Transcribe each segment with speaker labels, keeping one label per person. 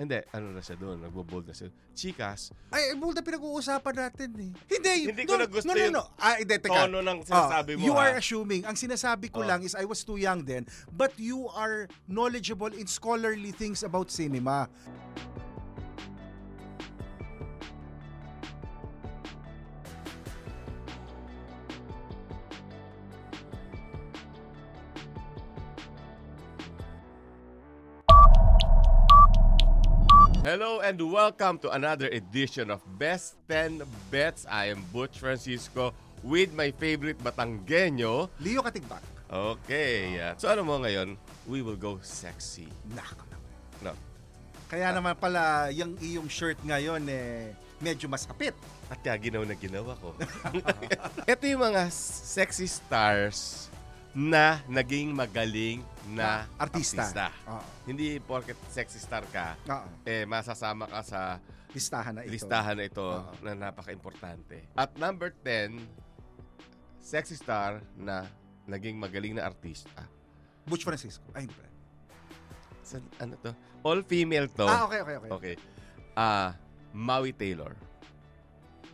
Speaker 1: Hindi, ano na siya doon, nagbo-bold na siya. Chicas, ay, bold na pinag-uusapan natin eh. Hindi,
Speaker 2: Hindi ko na gusto
Speaker 1: no, no,
Speaker 2: yung
Speaker 1: no. Ah, hindi, teka.
Speaker 2: tono ng sinasabi
Speaker 1: Ah,
Speaker 2: mo,
Speaker 1: You
Speaker 2: ha? Oh.
Speaker 1: are assuming. Ang sinasabi ko lang is I was too young then, but you are knowledgeable in scholarly things about cinema.
Speaker 2: Hello and welcome to another edition of Best 10 Bets. I am Butch Francisco with my favorite Batanggenyo.
Speaker 1: Leo Katigbak.
Speaker 2: Okay. ah, So ano mo ngayon? We will go sexy.
Speaker 1: Nako naman.
Speaker 2: No. Ah.
Speaker 1: Kaya naman pala, yung iyong shirt ngayon eh, medyo masakit.
Speaker 2: At kaya ginaw na ginawa ko. Ito yung mga sexy stars na naging magaling na
Speaker 1: Artista. Oo.
Speaker 2: Hindi porket sexy star ka,
Speaker 1: Oo.
Speaker 2: eh masasama ka sa
Speaker 1: Listahan na ito.
Speaker 2: listahan na ito
Speaker 1: Oo.
Speaker 2: na napaka-importante. At number 10, sexy star na naging magaling na artista.
Speaker 1: Butch Francisco. Ay, hindi pala.
Speaker 2: Sa, ano to? All female to.
Speaker 1: Ah, okay, okay, okay.
Speaker 2: Oh. Okay. Ah, Maui Taylor.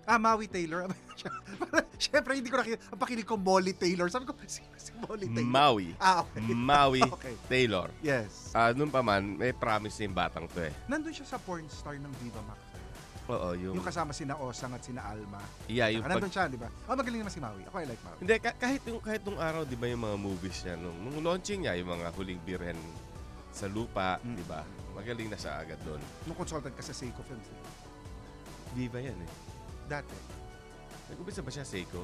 Speaker 1: Ah, Maui Taylor. Siyempre, hindi ko nakita. Ang pakinig ko, Molly Taylor. Sabi ko, sino si Molly Taylor?
Speaker 2: Maui.
Speaker 1: Ah, okay.
Speaker 2: Maui
Speaker 1: Okay.
Speaker 2: Taylor.
Speaker 1: Yes.
Speaker 2: Ah, noon pa man, may promise yung batang to eh.
Speaker 1: Nandun siya sa porn star ng Viva Max.
Speaker 2: Oo, yung...
Speaker 1: Yung kasama sina Osang at sina Alma.
Speaker 2: yeah, yung
Speaker 1: Saka
Speaker 2: pag-
Speaker 1: Nandun siya, di ba? Oh, magaling naman si Maui. Ako, I like Maui.
Speaker 2: Hindi, ka- kahit yung, kahit nung araw, di ba yung mga movies niya, nung, nung launching niya, yung mga huling biren sa lupa,
Speaker 1: Mm.
Speaker 2: di ba? Magaling na siya agad doon.
Speaker 1: Nung consultant ka sa Seiko Films. di ba?
Speaker 2: Viva yan eh.
Speaker 1: Dati.
Speaker 2: Nag-umpisa ba siya, Seiko?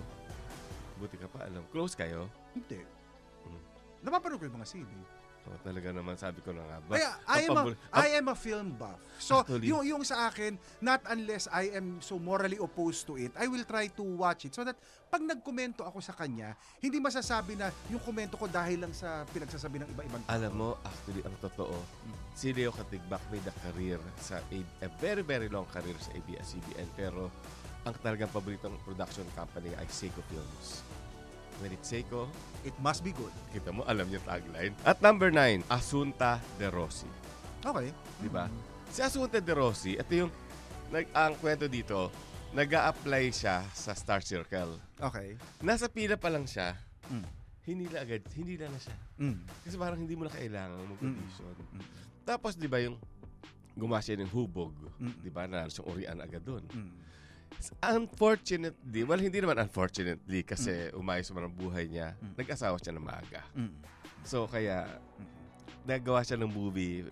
Speaker 2: Buti ka pa, alam. Close kayo?
Speaker 1: Hindi.
Speaker 2: Mm.
Speaker 1: Napapanood ko yung mga sine.
Speaker 2: O, Oh, talaga naman, sabi ko na nga. Ba,
Speaker 1: Kaya, I am, a,
Speaker 2: kapabul-
Speaker 1: I am a film buff. So,
Speaker 2: Actually.
Speaker 1: yung, yung sa akin, not unless I am so morally opposed to it, I will try to watch it. So that, pag nagkomento ako sa kanya, hindi masasabi na yung komento ko dahil lang sa pinagsasabi ng iba-ibang tao.
Speaker 2: alam mo, actually, ang totoo, si Leo Katigbak made a career sa, A- a very, very long career sa ABS-CBN. Pero, ang talagang paboritong production company ay Seiko Films. When it's Seiko,
Speaker 1: It must be good.
Speaker 2: kita mo, alam niya tagline. At number nine, Asunta De Rossi.
Speaker 1: Okay.
Speaker 2: di ba? Si Asunta De Rossi, ito yung nag ang kwento dito, nag apply siya sa Star Circle.
Speaker 1: Okay.
Speaker 2: Nasa pila pa lang siya. Hinila agad, hinila na siya.
Speaker 1: Mm.
Speaker 2: Kasi parang hindi mo na kailangan mag-audition. Tapos 'di ba yung gumawa siya ng hubog, 'di ba? Nalos yung urian agad doon. Unfortunately, well hindi naman unfortunately kasi umayos man ang buhay niya. Nag-asawa siya na maaga.
Speaker 1: Mm.
Speaker 2: So kaya nagawa siya ng movie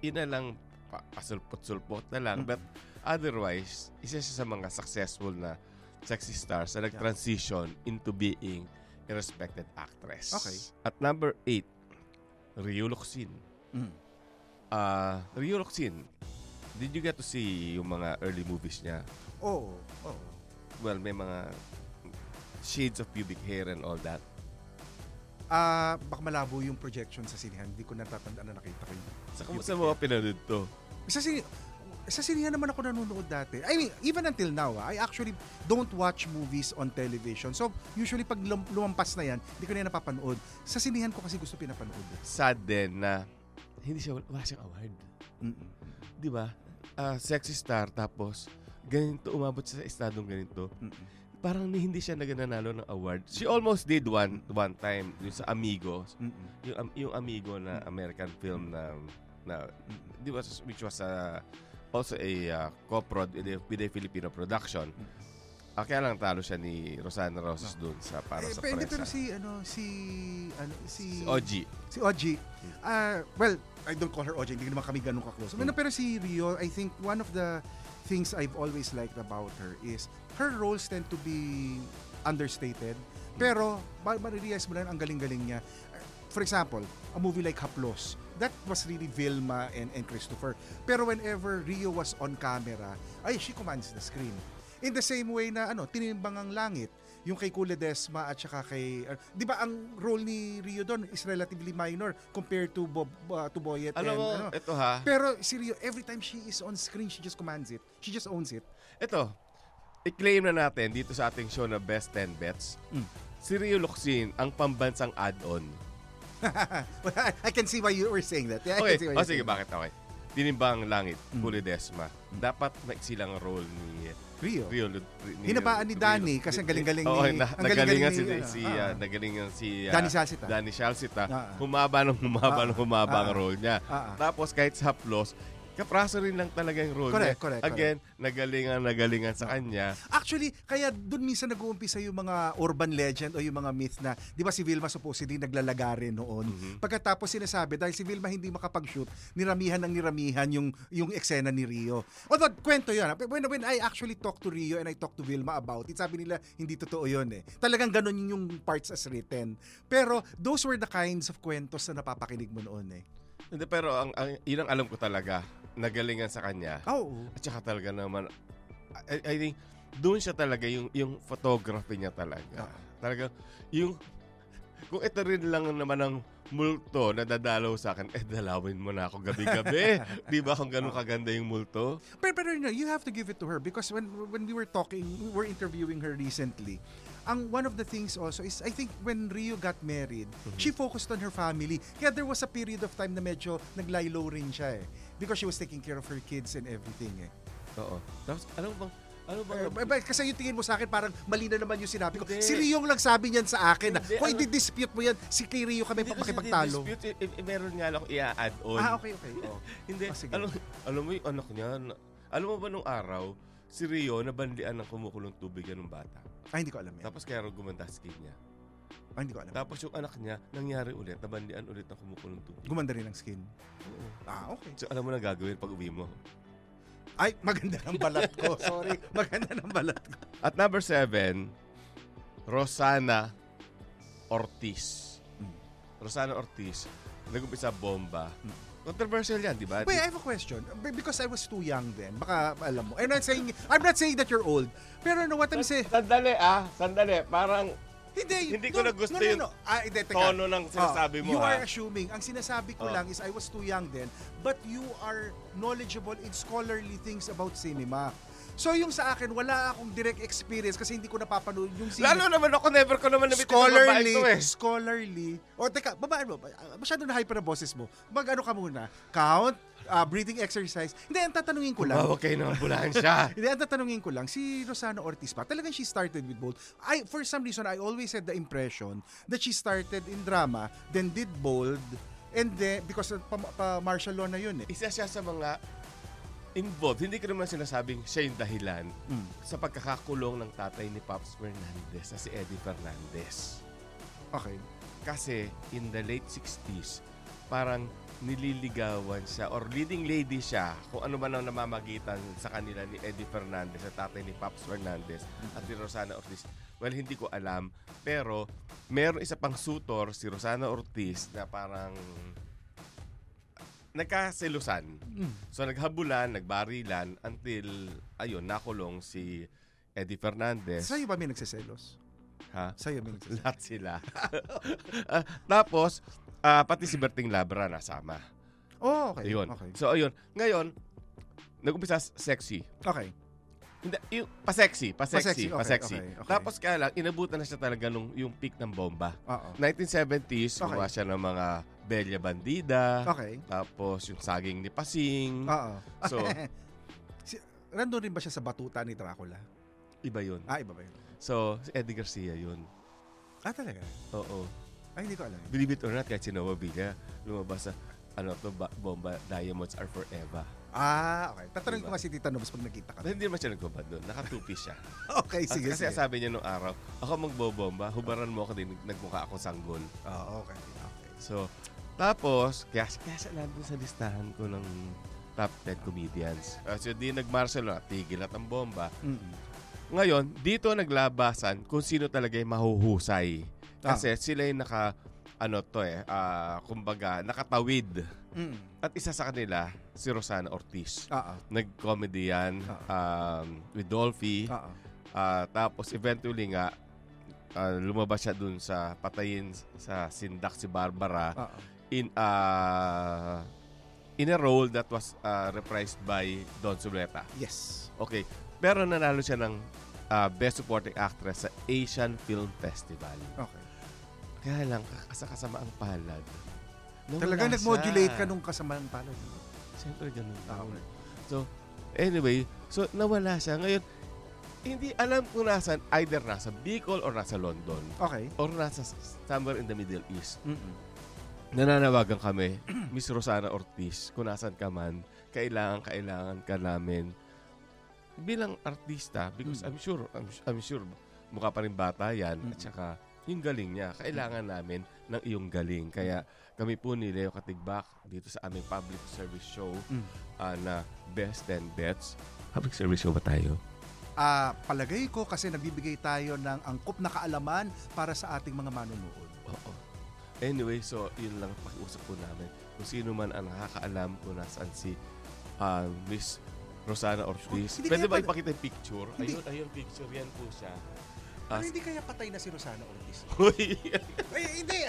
Speaker 2: ina lang pa- pasulpot-sulpot na
Speaker 1: Mm.
Speaker 2: lang but otherwise isa siya sa mga successful na sexy stars na nag-transition into being a respected actress.
Speaker 1: Okay.
Speaker 2: At number eight, Rio Locsin.
Speaker 1: Mm.
Speaker 2: Ah, Rio Locsin, did you get to see yung mga early movies niya?
Speaker 1: Oo. Oh, oh.
Speaker 2: Well, may mga shades of pubic hair and all that.
Speaker 1: Ah, baka malabo yung projection sa sinihan. Hindi ko natatandaan na nakita ko yun.
Speaker 2: Sa kamusta mo ka pinanood to?
Speaker 1: Sa, sini- sa sinihan naman ako nanonood dati. I mean, even until now, ah, I actually don't watch movies on television. So, usually pag lum- lumampas na yan, hindi ko na yan napapanood. Sa sinihan ko kasi gusto pinapanood. eh.
Speaker 2: Sad din na hindi siya, wala siyang award. Di ba? Ah, sexy star tapos ganito umabot siya sa estadong ganito. Parang ni- hindi siya nagananalo ng award. She almost did one one time yung sa Amigos. Yung am- yung Amigo na American film na na di ba which was a, also a ah, co-prod with a, with a Filipino production. Ah, kaya lang talo siya ni Rosana Roses dun sa para
Speaker 1: Eh,
Speaker 2: sa
Speaker 1: pero,
Speaker 2: presa.
Speaker 1: pero si, ano, si, ano, si...
Speaker 2: Si Oji.
Speaker 1: Si Oji. Ah, well, I don't call her Oji. Hindi naman kami ganun ka-close. Ano, Pero si Rio, I think one of the things I've always liked about her is her roles tend to be understated. Pero, ma- marirealize mo lang ang galing-galing niya. Ah, For example, a movie like Haplos, that was really Vilma and, and Christopher. Pero whenever Rio was on camera, ay, she commands the screen. In the same way na ano, tinimbang ang langit, yung kay Kuledesma at saka kay er, 'di ba ang role ni Rio doon is relatively minor compared to Bob uh, to Boyet
Speaker 2: Alam
Speaker 1: and
Speaker 2: mo,
Speaker 1: ano.
Speaker 2: ito ha.
Speaker 1: Pero si Rio every time she is on screen, she just commands it. She just owns it.
Speaker 2: Ito, i-claim na natin dito sa ating show na Best 10 Bets.
Speaker 1: Hmm.
Speaker 2: Si Rio Luxin, ang pambansang add-on.
Speaker 1: Well, I- I can see why you were saying that. Yeah, I can see
Speaker 2: Okay, o
Speaker 1: why you're
Speaker 2: sige,
Speaker 1: saying
Speaker 2: bakit? Okay. Tinimbang langit,
Speaker 1: Hmm.
Speaker 2: Kulidesma. Dapat maksilang role ni
Speaker 1: that. Rio.
Speaker 2: Rio Lu-
Speaker 1: Hinabaan ni Danny kasi ang galing-galing ni-
Speaker 2: Oo, na,
Speaker 1: ang
Speaker 2: nagalingan si,
Speaker 1: galing-galing ni-
Speaker 2: si,
Speaker 1: ano,
Speaker 2: ah,
Speaker 1: ah.
Speaker 2: nagalingan si ah,
Speaker 1: Danny Salsita.
Speaker 2: Danny Salsita.
Speaker 1: Ah, ah.
Speaker 2: Humaba ng humaba
Speaker 1: Ah,
Speaker 2: ng humaba
Speaker 1: ah,
Speaker 2: ang
Speaker 1: ah.
Speaker 2: role niya.
Speaker 1: Ah, ah.
Speaker 2: Tapos kahit sa haplos, kapraso rin lang talaga yung role niya.
Speaker 1: Correct, correct,
Speaker 2: Again, nagalingan, nagalingan sa kanya.
Speaker 1: Actually, kaya doon minsan nag-uumpisa yung mga urban legend o yung mga myth na, di ba si Vilma supposedly naglalagare noon. Pagkatapos sinasabi, dahil si Vilma hindi makapag-shoot, niramihan ng niramihan yung, yung eksena ni Rio. Although, kwento yun. ah. When, when I actually talked to Rio and I talked to Vilma about it, sabi nila, hindi totoo yun eh. Talagang ganun yung parts as written. Pero, those were the kinds of kwentos na napapakinig mo noon eh.
Speaker 2: Hindi, pero ang, ang, yun ang alam ko talaga, nagalingan sa kanya.
Speaker 1: Oo.
Speaker 2: At saka talaga naman, I, I think, doon siya talaga, yung, yung photography niya talaga. Talaga, yung, kung ito rin lang naman ang multo na dadalaw sa akin, eh dalawin mo na ako gabi-gabi. Di ba kung ganun kaganda yung multo?
Speaker 1: Pero, pero no, you have to give it to her because when when we were talking, we were interviewing her recently. Ang one of the things also is I think when Rio got married,
Speaker 2: Mm-hmm.
Speaker 1: she focused on her family. Kaya there was a period of time na medyo naglaylo rin siya eh because she was taking care of her kids and everything eh.
Speaker 2: Oo. Tapos, ano bang, ano bang,
Speaker 1: Eh, ba- ba- kasi yung tingin mo sa akin parang mali na naman yung sinabi ko.
Speaker 2: Hindi.
Speaker 1: Si Rio ang lang sabi niyan sa akin. na,
Speaker 2: Hindi,
Speaker 1: Kung
Speaker 2: ano-
Speaker 1: i-dispute mo yan, si kay Rio kami
Speaker 2: Hindi ko
Speaker 1: pa
Speaker 2: siya
Speaker 1: makipagtalo.
Speaker 2: didispute. Eh, eh, meron nga lang akong i-add on.
Speaker 1: Ah, okay, okay. Oh.
Speaker 2: Hindi.
Speaker 1: Ah, sige.
Speaker 2: alam, alam mo yung anak niya, na- alam mo ba nung araw, si Rio nabanlian ng kumukulong tubig yan ng bata.
Speaker 1: Ay, hindi ko alam yan.
Speaker 2: Tapos kaya raw gumanda sa skin niya.
Speaker 1: Ay, hindi ko alam.
Speaker 2: Tapos yung anak niya, nangyari ulit, nabanlian ulit ng kumukulong tubig.
Speaker 1: Gumanda rin ang skin.
Speaker 2: Oo.
Speaker 1: Ah, okay.
Speaker 2: So alam mo na gagawin pag uwi mo.
Speaker 1: Ay, maganda ng balat ko. Sorry. Maganda ng balat ko.
Speaker 2: At number seven, Rosana Ortiz.
Speaker 1: Hmm.
Speaker 2: Rosana Ortiz, nag-umpisa bomba.
Speaker 1: Hmm.
Speaker 2: Controversial yan, di ba?
Speaker 1: Wait, I have a question. Be- Because I was too young then. Baka alam mo. I'm not saying I'm not saying that you're old. Pero no, what I'm saying...
Speaker 2: Sandali ah, sandali. Parang
Speaker 1: Hindi,
Speaker 2: Hindi ko na gusto
Speaker 1: no, no,
Speaker 2: yung
Speaker 1: no. Ah, hindi, teka.
Speaker 2: tono ng sinasabi
Speaker 1: Ah,
Speaker 2: mo,
Speaker 1: You
Speaker 2: ha?
Speaker 1: are assuming. Ang sinasabi
Speaker 2: Oh.
Speaker 1: ko lang is I was too young then. But you are knowledgeable in scholarly things about cinema. So yung sa akin, wala akong direct experience kasi hindi ko napapanood yung cinema.
Speaker 2: Lalo naman ako, never ko naman nabitin
Speaker 1: scholarly,
Speaker 2: ng babae to eh.
Speaker 1: scholarly. O teka, babaan mo. Ah, Masyado na hyper na boses mo. Mag-ano ka muna? Count? ah, breathing exercise? Hindi, ang tatanungin ko lang.
Speaker 2: Wow, okay ng ambulansya.
Speaker 1: Hindi, ang tatanungin ko lang, si Rosana Ortiz pa, talagang she started with bold. I, for some reason, I always had the impression that she started in drama, then did bold, and then, because uh, pa, pa martial law na yun eh.
Speaker 2: Isa siya sa mga involved. Hindi ko naman sinasabing siya yung dahilan sa pagkakakulong ng tatay ni Pops Fernandez na si Eddie Fernandez.
Speaker 1: Okay.
Speaker 2: Kasi in the late 60s, parang nililigawan siya or leading lady siya kung ano man ang namamagitan sa kanila ni Eddie Fernandez, sa tatay ni Pops Fernandez at ni Rosana Ortiz. Well, hindi ko alam. Pero meron isa pang sutor, si Rosana Ortiz, na parang nagkaselusan. So naghabulan, nagbarilan until ayun, nakulong si Eddie Fernandez.
Speaker 1: Sa'yo ba may nagseselos?
Speaker 2: Ha?
Speaker 1: Sa'yo, Ming. Sa'yo.
Speaker 2: Lahat sila. Ah, tapos, ah, pati si Berting Labra nasama.
Speaker 1: Oh, okay.
Speaker 2: Ayun.
Speaker 1: Okay.
Speaker 2: So, ayun. Ngayon, nag-umpisa s- sexy.
Speaker 1: Okay.
Speaker 2: Hindi, yung, pa-sexy, pa-sexy,
Speaker 1: Pa-sexy, okay,
Speaker 2: pa-sexy.
Speaker 1: okay, okay.
Speaker 2: Tapos kaya lang, inabutan na siya talaga nung yung peak ng bomba.
Speaker 1: Oo.
Speaker 2: 1970s,
Speaker 1: Okay.
Speaker 2: gumawa siya ng mga Bella Bandida.
Speaker 1: Okay.
Speaker 2: Tapos yung saging ni Pasing.
Speaker 1: Oo.
Speaker 2: So-
Speaker 1: Ah, si, nandun rin ba siya sa batuta ni Dracula?
Speaker 2: Iba yun.
Speaker 1: Ah, iba ba yun?
Speaker 2: So, si Eddie Garcia yun.
Speaker 1: Ah, talaga?
Speaker 2: Oo.
Speaker 1: Ay, hindi ko alam. yun.
Speaker 2: Believe it or not, kahit si Noah Villa, lumabas sa ano to, ba- bomba, diamonds are forever.
Speaker 1: Ah, okay. Tatanungin ko
Speaker 2: Diba?
Speaker 1: nga si Tita Nobs pag nakita kami.
Speaker 2: Dahil hindi naman siya nagkubad doon. Nakatupi siya.
Speaker 1: Okay,
Speaker 2: At-
Speaker 1: sige,
Speaker 2: Kasi
Speaker 1: sige.
Speaker 2: sabi niya nung araw, ako magbobomba, hubaran mo ako din, nagmukha akong sanggol.
Speaker 1: Oo, okay. okay.
Speaker 2: So, tapos, kaya, kaya siya nandun sa listahan ko ng top 10 comedians. Kasi di nag-martial law, tigil at ang bomba.
Speaker 1: Mm-mm.
Speaker 2: Ngayon, dito naglabasan kung sino talaga yung mahuhusay. Kasi sila yung naka, ano to eh, ah, kumbaga, nakatawid.
Speaker 1: Mm-mm.
Speaker 2: At isa sa kanila, si Rosana Ortiz.
Speaker 1: Oo.
Speaker 2: Nag-comedy yan um, with Dolphy.
Speaker 1: Oo.
Speaker 2: Ah, tapos eventually nga, ah, lumabas siya dun sa patayin sa sindak si Barbara
Speaker 1: Oo.
Speaker 2: in a in a role that was ah, reprised by Don Zuleta.
Speaker 1: Yes.
Speaker 2: Okay. Pero nanalo siya ng ah, Best Supporting Actress sa Asian Film Festival.
Speaker 1: Okay.
Speaker 2: Kaya lang, kasakasama ang palad. Nawala
Speaker 1: Talaga
Speaker 2: siya.
Speaker 1: nag-modulate ka nung kasamang palo.
Speaker 2: Siyempre, ganun.
Speaker 1: Ah, okay.
Speaker 2: So, anyway, so nawala siya. Ngayon, hindi alam kung nasan, either nasa Bicol or nasa London
Speaker 1: Okay.
Speaker 2: or nasa s- somewhere in the Middle East.
Speaker 1: Mm-mm.
Speaker 2: Nananawagan kami, Miss Rosana Ortiz, kung nasan ka man, kailangan, kailangan ka namin. Bilang artista, because I'm sure, I'm, I'm sure, mukha pa rin bata yan, at saka, yung galing niya, kailangan namin ng iyong galing. Kaya kami po ni Leo Katigbak dito sa aming public service show ah, na Best 10 Bets. Public service show ba tayo?
Speaker 1: Ah, palagay ko kasi nagbibigay tayo ng angkop na kaalaman para sa ating mga manunood.
Speaker 2: Oo. Anyway, so yun lang ang pakiusap po namin. Kung sino man ang nakakaalam kung nasaan si ah, Miss Rosana Ortiz.
Speaker 1: Hindi
Speaker 2: Pwede
Speaker 1: kaya
Speaker 2: ba
Speaker 1: pala-
Speaker 2: ipakita yung picture?
Speaker 1: Hindi.
Speaker 2: Ayun, ayun, picture. Yan po siya.
Speaker 1: Pero
Speaker 2: Ah,
Speaker 1: hindi kaya patay na si Rosana Ortiz?
Speaker 2: Uy!
Speaker 1: Ay, hindi.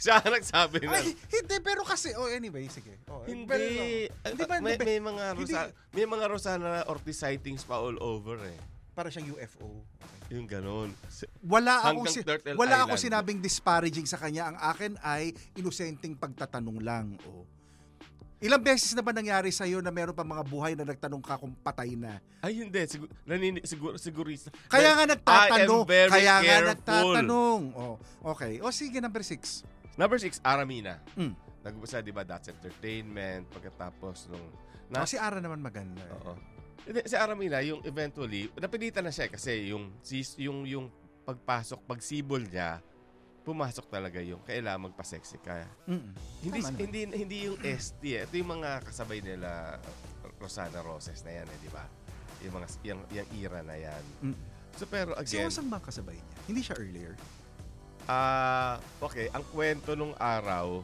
Speaker 2: siya ang nagsabi na.
Speaker 1: Ay, hindi. Pero kasi, oh anyway, sige. Oh,
Speaker 2: Hindi.
Speaker 1: pero no. Hindi ba,
Speaker 2: may,
Speaker 1: hindi ba-
Speaker 2: may mga
Speaker 1: hindi-
Speaker 2: Rosana, may mga Rosana Ortiz sightings pa all over eh.
Speaker 1: Para siyang UFO.
Speaker 2: Yung ganon. Si-
Speaker 1: Wala akong,
Speaker 2: Hanggang
Speaker 1: si-
Speaker 2: Turtle
Speaker 1: wala
Speaker 2: Island.
Speaker 1: akong sinabing disparaging sa kanya. Ang akin ay inosenteng pagtatanong lang. Oh. Ilang beses na ba nangyari sa'yo na meron pa mga buhay na nagtanong ka kung patay na?
Speaker 2: Ay, hindi. Siguro, nanini, siguro, sigurista.
Speaker 1: Kaya nga
Speaker 2: I
Speaker 1: nagtatanong.
Speaker 2: am very
Speaker 1: kaya nga
Speaker 2: careful.
Speaker 1: nagtatanong. Oh, okay. O sige, number six.
Speaker 2: Number six, Aramina.
Speaker 1: Mm.
Speaker 2: Nag-umpisa, di ba, That's Entertainment. Pagkatapos nung...
Speaker 1: Oh, si Ara naman maganda. eh.
Speaker 2: Oo. Hindi, Si Aramina, yung eventually, napilitan na siya eh kasi yung, sis- yung, yung pagpasok, pagsibol niya, pumasok talaga yung kailangan magpa-sexy ka.
Speaker 1: Mm-mm.
Speaker 2: Hindi,
Speaker 1: Tama naman.
Speaker 2: hindi, hindi yung ST eh. Ito yung mga kasabay nila Rosana Roses na yan eh, di ba? Yung mga, yung, yung era na yan.
Speaker 1: Mm.
Speaker 2: So pero
Speaker 1: Si
Speaker 2: again,
Speaker 1: Osang ba ang kasabay niya? Hindi siya earlier.
Speaker 2: Ah, okay, ang kwento nung araw,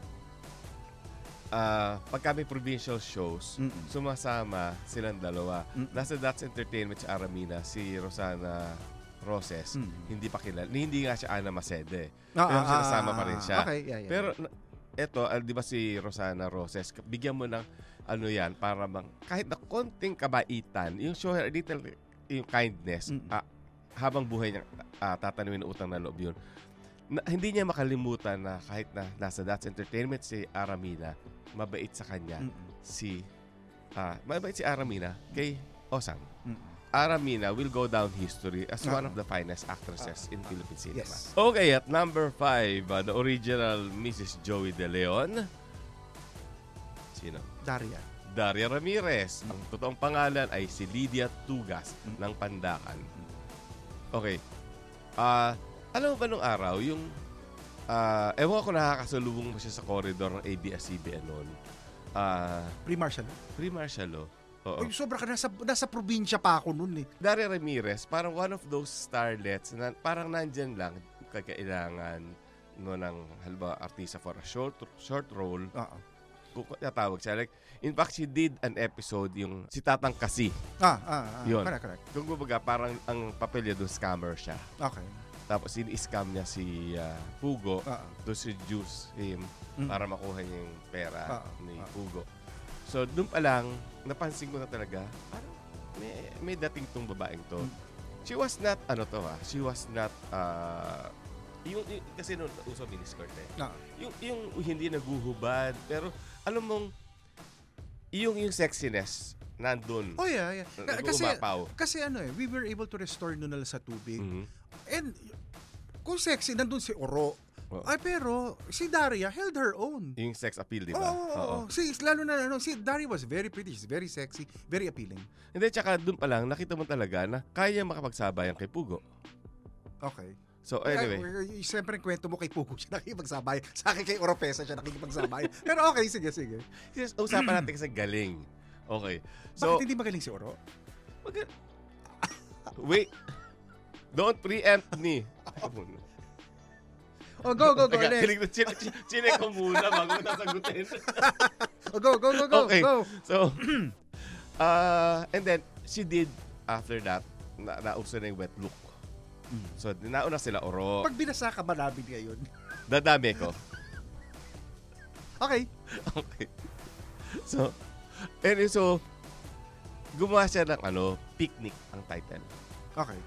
Speaker 2: ah, pag kami provincial shows,
Speaker 1: Mm-mm.
Speaker 2: sumasama silang dalawa.
Speaker 1: Mm-mm.
Speaker 2: Nasa That's Entertainment si Aramina, si Rosana Roses,
Speaker 1: Mm-mm.
Speaker 2: hindi pa kilala. Hindi nga siya Ana Macede.
Speaker 1: Ah,
Speaker 2: pero
Speaker 1: ah,
Speaker 2: sinasama
Speaker 1: ah,
Speaker 2: pa rin siya.
Speaker 1: Okay, yeah, yeah.
Speaker 2: Pero na- eto, ah, di ba si Rosana Roses, bigyan mo ng ano yan, para bang kahit na konting kabaitan, yung show her a little, yung kindness,
Speaker 1: Mm-mm.
Speaker 2: ah, habang buhay niya, ah, tatanungin ng utang na loob yun. Na- hindi niya makalimutan na kahit na nasa That's Entertainment si Aramina, mabait sa kanya
Speaker 1: Mm-mm.
Speaker 2: si, ah, mabait si Aramina kay Osang.
Speaker 1: Mm-mm.
Speaker 2: Aramina will go down history as one
Speaker 1: Ah.
Speaker 2: of the finest actresses in Philippine cinema.
Speaker 1: Yes.
Speaker 2: Okay, at number five, uh, the original Mrs. Joey De Leon. Sino?
Speaker 1: Daria.
Speaker 2: Daria Ramirez. Ang totoong pangalan ay si Lydia Tugas
Speaker 1: Mm.
Speaker 2: ng Pandakan. Okay. Ah, alam mo ba nung araw, yung... ah, ewan ko kung nakakasalubong mo siya sa corridor ng ABS-CBN noon. Ah,
Speaker 1: Pre-martial. law.
Speaker 2: free martial law. Oo.
Speaker 1: Uy, sobra ka. Nasa, nasa probinsya pa ako nun eh.
Speaker 2: Daria Ramirez, parang one of those starlets na parang nandyan lang kagailangan no ng halimbawa artista for a short short role
Speaker 1: Oo.
Speaker 2: kung tatawag siya. Like, in fact, she did an episode yung si Tatang Kasi.
Speaker 1: Ah, ah, ah.
Speaker 2: Yun.
Speaker 1: Correct, correct.
Speaker 2: Kung kumbaga, parang ang papel niya doon, scammer siya.
Speaker 1: Okay.
Speaker 2: Tapos in-scam niya si ah, Pugo
Speaker 1: Ah, ah.
Speaker 2: doon si Juice him
Speaker 1: Mm.
Speaker 2: para makuha niya yung pera
Speaker 1: Ah, ah,
Speaker 2: ni
Speaker 1: ah.
Speaker 2: Pugo. So doon pa lang, napansin ko na talaga, parang may, may dating tong babaeng to.
Speaker 1: Mm.
Speaker 2: She was not, ano to ha, she was not, ah, yung, yung- kasi noon, uso miniskirt eh.
Speaker 1: Ah,
Speaker 2: Yung, yung hindi naguhubad, pero alam mong, yung, yung sexiness, nandun.
Speaker 1: Oh yeah, yeah.
Speaker 2: Na-
Speaker 1: Ka- Kasi
Speaker 2: naguumapaw.
Speaker 1: kasi ano eh, we were able to restore Nunal sa tubig.
Speaker 2: Mhm.
Speaker 1: And kung sexy nandun si Oro.
Speaker 2: Oo.
Speaker 1: Ay pero si Daria held her own.
Speaker 2: Yung sex appeal, Oh. di
Speaker 1: Oo,
Speaker 2: ba?
Speaker 1: oo, oo. Si lalo na ano, si Daria was very pretty, she's very sexy, very appealing.
Speaker 2: Hindi, tsaka doon pa lang, nakita mo talaga na kaya makapagsabayan kay Pugo.
Speaker 1: Okay.
Speaker 2: So Oh, anyway,
Speaker 1: Ay, siyempre kwento mo kay Pugo siya nakikipagsabay. Sa akin kay Oropesa siya nakikipagsabay. pero okay, sige, sige.
Speaker 2: Yes, usapan natin kasi galing. Okay.
Speaker 1: So,
Speaker 2: So,
Speaker 1: Bakit hindi magaling si Oro?
Speaker 2: mag- wait. Don't preempt me. Teka muna.
Speaker 1: Oh, go, go, go.
Speaker 2: Teka,
Speaker 1: ulit.
Speaker 2: kilig na chine, chine, chine ko muna bago ko nasagutin.
Speaker 1: Oh, go, go, go, go.
Speaker 2: okay.
Speaker 1: Go.
Speaker 2: So, uh, and then, she did, after that, na nauso na yung wet look. So, nauna sila oro.
Speaker 1: Pag binasa ka, malabid ngayon.
Speaker 2: Dadami ko.
Speaker 1: Okay.
Speaker 2: Okay. So, and so, gumawa siya ng ano, picnic ang title.
Speaker 1: Okay.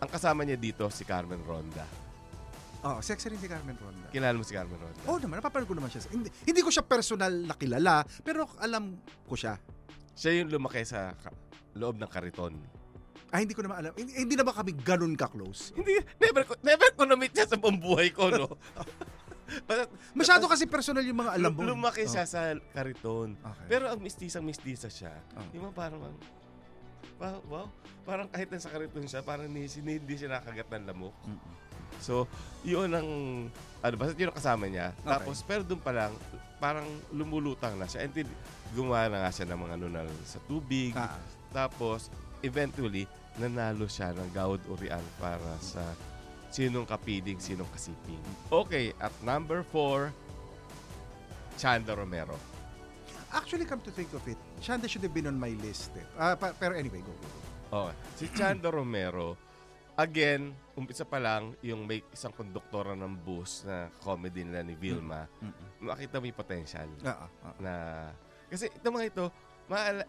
Speaker 2: Ang kasama niya dito si Carmen Ronda.
Speaker 1: Oh, sexy rin si Carmen Ronda.
Speaker 2: Kilala mo si Carmen Ronda?
Speaker 1: Oo oh, naman, napapanood ko naman siya. sa- Hindi, hindi ko siya personal na kilala, pero alam ko siya.
Speaker 2: Siya yung lumaki sa ka- loob ng kariton.
Speaker 1: Ah, hindi ko naman alam. Hindi, hindi naman kami ganun ka-close.
Speaker 2: Hindi, never ko, never ko na-meet siya sa buong buhay ko, no? Basta-
Speaker 1: Masyado kasi personal yung mga alam mo.
Speaker 2: lum- Lumaki
Speaker 1: Oh.
Speaker 2: siya sa kariton.
Speaker 1: Okay.
Speaker 2: Pero ang mistisang-mistisa siya.
Speaker 1: Oh.
Speaker 2: Yung mga parang, wow, wow, parang kahit nasa kariton siya, parang ni, sin- hindi siya nakagat ng lamok. So, yun ang, ano, basta yun ang kasama niya.
Speaker 1: Okay.
Speaker 2: Tapos, pero doon pa lang, parang lumulutang na siya. And then, gumawa na nga siya ng mga nunal sa tubig.
Speaker 1: Ah,
Speaker 2: Tapos, eventually, nanalo siya ng Gawad Urian para sa sinong kapiling, sinong kasiping. Okay, at number four, Chanda Romero.
Speaker 1: actually, come to think of it, Shanda should have been on my list. Eh. Ah, pa- pero anyway, go, go, go.
Speaker 2: Okay. Si Chanda Romero, again, umpisa pa lang, yung may isang konduktora ng bus na comedy nila ni Vilma, makita mo yung potential
Speaker 1: Ah, ah, ah.
Speaker 2: na... Kasi itong mga ito, maala,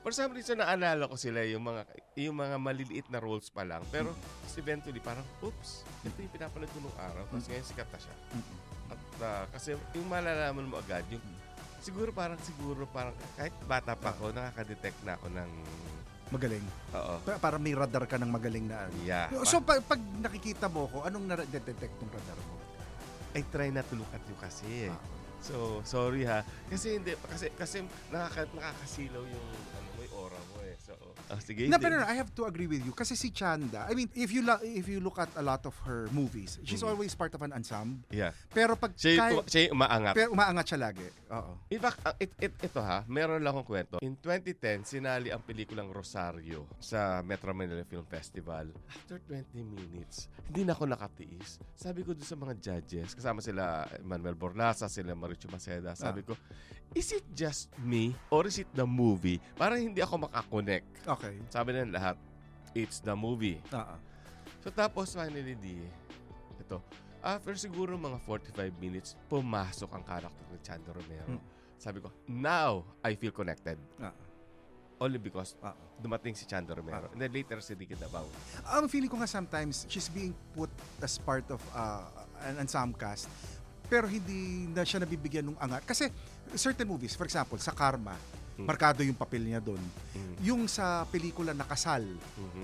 Speaker 2: for some reason, naalala ko sila yung mga, yung mga maliliit na roles pa lang. Pero just eventually, parang, oops, ito yung pinapanood ko nung araw. Tapos ngayon sikat na siya. At ah, kasi yung malalaman mo agad, yung, siguro parang, siguro parang, kahit bata pa ako, nakaka-detect na ako ng,
Speaker 1: Magaling.
Speaker 2: oo,
Speaker 1: Pa- Para may radar ka ng magaling na ano.
Speaker 2: yeah.
Speaker 1: So, pa- pag nakikita mo ko, anong na-detect ng radar mo?
Speaker 2: I try not to look at you kasi. eh. So, sorry ha. Kasi hindi, kasi, kasi nakaka, nakakasilaw yung, ano mo, yung aura mo eh. So, ah, sige.
Speaker 1: No,
Speaker 2: hindi.
Speaker 1: pero no, I have to agree with you kasi si Chanda, I mean, if you lo- if you look at a lot of her movies, she's
Speaker 2: Mm.
Speaker 1: always part of an ensemble.
Speaker 2: Yeah.
Speaker 1: Pero pag
Speaker 2: Siya yung,
Speaker 1: kahit-
Speaker 2: tu- siya yung umaangat.
Speaker 1: pero umaangat siya lagi. Oo.
Speaker 2: In fact, ah, it, it, ito ha, meron lang akong kwento. In 2010, sinali ang pelikulang Rosario sa Metro Manila Film Festival. After 20 minutes, hindi na ako nakatiis. Sabi ko doon sa mga judges, kasama sila Manuel Borlasa, sila Marichu Maceda, sabi ko, is it just me or is it the movie? Parang hindi ako makakonect.
Speaker 1: Okay.
Speaker 2: Sabi na lahat, it's the movie.
Speaker 1: Oo.
Speaker 2: So tapos finally di, ito, after siguro mga 45 minutes, pumasok ang character ni Chando Romero.
Speaker 1: Hmm.
Speaker 2: Sabi ko, now I feel connected.
Speaker 1: Oo.
Speaker 2: Only because
Speaker 1: Ah.
Speaker 2: dumating si Chando Romero. And then later si Ricky Dabao.
Speaker 1: Ang feeling ko nga sometimes she's being put as part of uh, an ensemble cast pero hindi na siya nabibigyan ng angat kasi certain movies, for example, sa Karma, markado yung papel niya doon. Yung sa pelikula na Kasal,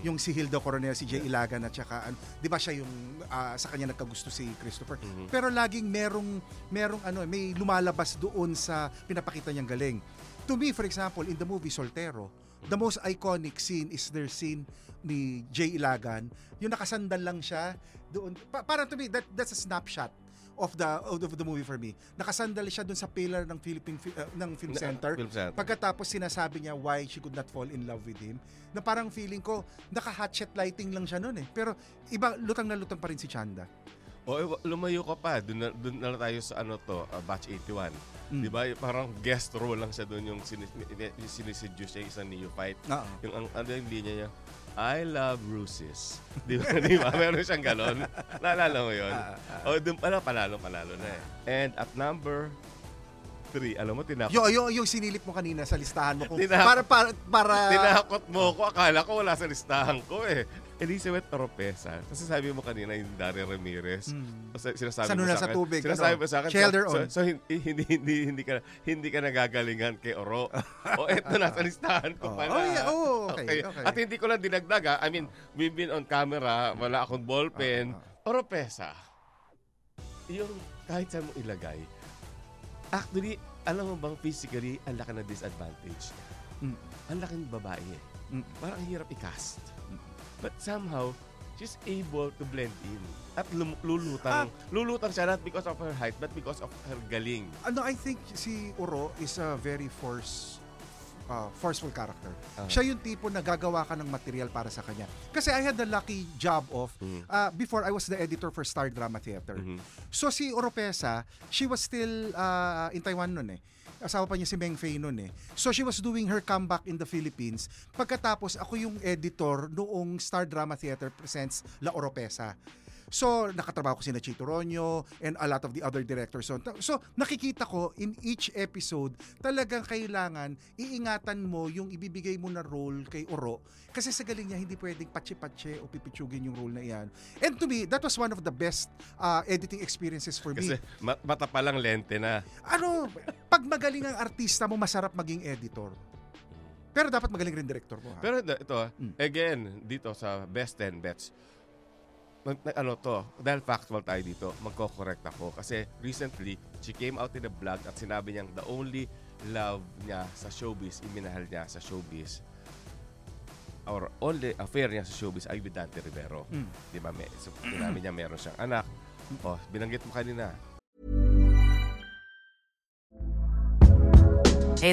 Speaker 1: yung si Hilda Coronel, si Jay Ilagan at saka ano, 'di ba siya yung ah, sa kanya nagkagusto si Christopher. Pero laging merong merong ano, eh, may lumalabas doon sa pinapakita niyang galing. To me, for example, in the movie Soltero, the most iconic scene is their scene ni Jay Ilagan. Yung nakasandal lang siya doon. Pa- parang to me, that, that's a snapshot of the of the movie for me. Nakasandal siya dun sa pillar ng Philippine Fi- uh, ng film
Speaker 2: Na-
Speaker 1: center.
Speaker 2: Film Center.
Speaker 1: Pagkatapos sinasabi niya why she could not fall in love with him. Na parang feeling ko naka-hatchet lighting lang siya noon eh. Pero iba lutang na lutang pa rin si Chanda.
Speaker 2: O, eh, lumayo ka pa. Doon na, doon na tayo sa ano to, uh, batch 81.
Speaker 1: Mm.
Speaker 2: Di ba? Y- Parang guest role lang siya doon yung, sinis- yung siniseduce niya yung isang neophyte.
Speaker 1: Oo.
Speaker 2: Yung ang, ano yung linya niya? I love bruises. Di ba? Di ba? Meron siyang galon. Naalala mo yun? o, doon pala, panalo, panalo na eh. And at number three, alam mo, tinakot,
Speaker 1: Yo, yo, yung sinilip mo kanina sa listahan mo kung
Speaker 2: Tinap-
Speaker 1: para para para
Speaker 2: tinakot mo ko. Akala ko wala sa listahan ko eh. Elizabeth Oropesa. Kasi sabi mo kanina yung Dario Ramirez.
Speaker 1: Mm.
Speaker 2: Kasi sinasabi
Speaker 1: Sa
Speaker 2: mo
Speaker 1: nuna
Speaker 2: sa
Speaker 1: sa
Speaker 2: akin.
Speaker 1: tubig,
Speaker 2: Sinasabi
Speaker 1: ano?
Speaker 2: mo sa akin.
Speaker 1: Shelter
Speaker 2: so,
Speaker 1: on.
Speaker 2: so, so hindi, hindi, hindi, hindi, ka, hindi ka nagagalingan kay Oro. o eto, nasa listahan ko
Speaker 1: Oh,
Speaker 2: pala.
Speaker 1: oh, yeah, oh, okay, okay.
Speaker 2: At hindi ko lang dinagdag ha. I mean, we've been on camera. Wala akong ballpen.
Speaker 1: Ah, ah,
Speaker 2: Oro pesa. Yung kahit saan mo ilagay, actually, alam mo bang physically, ang laki na disadvantage niya.
Speaker 1: Mm.
Speaker 2: Ang laking babae eh.
Speaker 1: Mm.
Speaker 2: Parang ang hirap i-cast. But somehow, she's able to blend in. At lum-
Speaker 1: Ah.
Speaker 2: lulutang. Lulutang siya not because of her height, but because of her galing.
Speaker 1: ano I think si Uro is a very force uh, forceful character. Siya yung tipo na gagawa ka ng material para sa kanya. Kasi I had the lucky job of uh, before I was the editor for Star Drama Theater. So si Oropesa, she was still uh, in Taiwan noon eh. Asawa pa niya si Meng Fei noon eh. So she was doing her comeback in the Philippines. Pagkatapos ako yung editor noong Star Drama Theater presents La Oropesa. So, nakatrabaho ko si Chito Ronyo and a lot of the other directors. So, so, nakikita ko in each episode, talagang kailangan iingatan mo yung ibibigay mo na role kay Oro. Kasi sa galing niya, hindi pwedeng patse-patse o pipitsugin yung role na iyan. And to me, that was one of the best uh, editing experiences for me.
Speaker 2: Kasi ma- mata pa lang lente na.
Speaker 1: Ano, pag magaling ang artista mo, masarap maging editor. Pero dapat magaling rin director mo. ha?
Speaker 2: Pero ito, ito, again, dito sa best 10 bets, mag, na- ano to, dahil factual tayo dito, magko-correct ako. Kasi recently, she came out in a vlog at sinabi niyang the only love niya sa showbiz, iminahal niya sa showbiz, or only affair niya sa showbiz ay with Dante Rivero. Di ba? May, so, sinabi niya meron siyang anak. O, binanggit mo kanina,
Speaker 3: Hey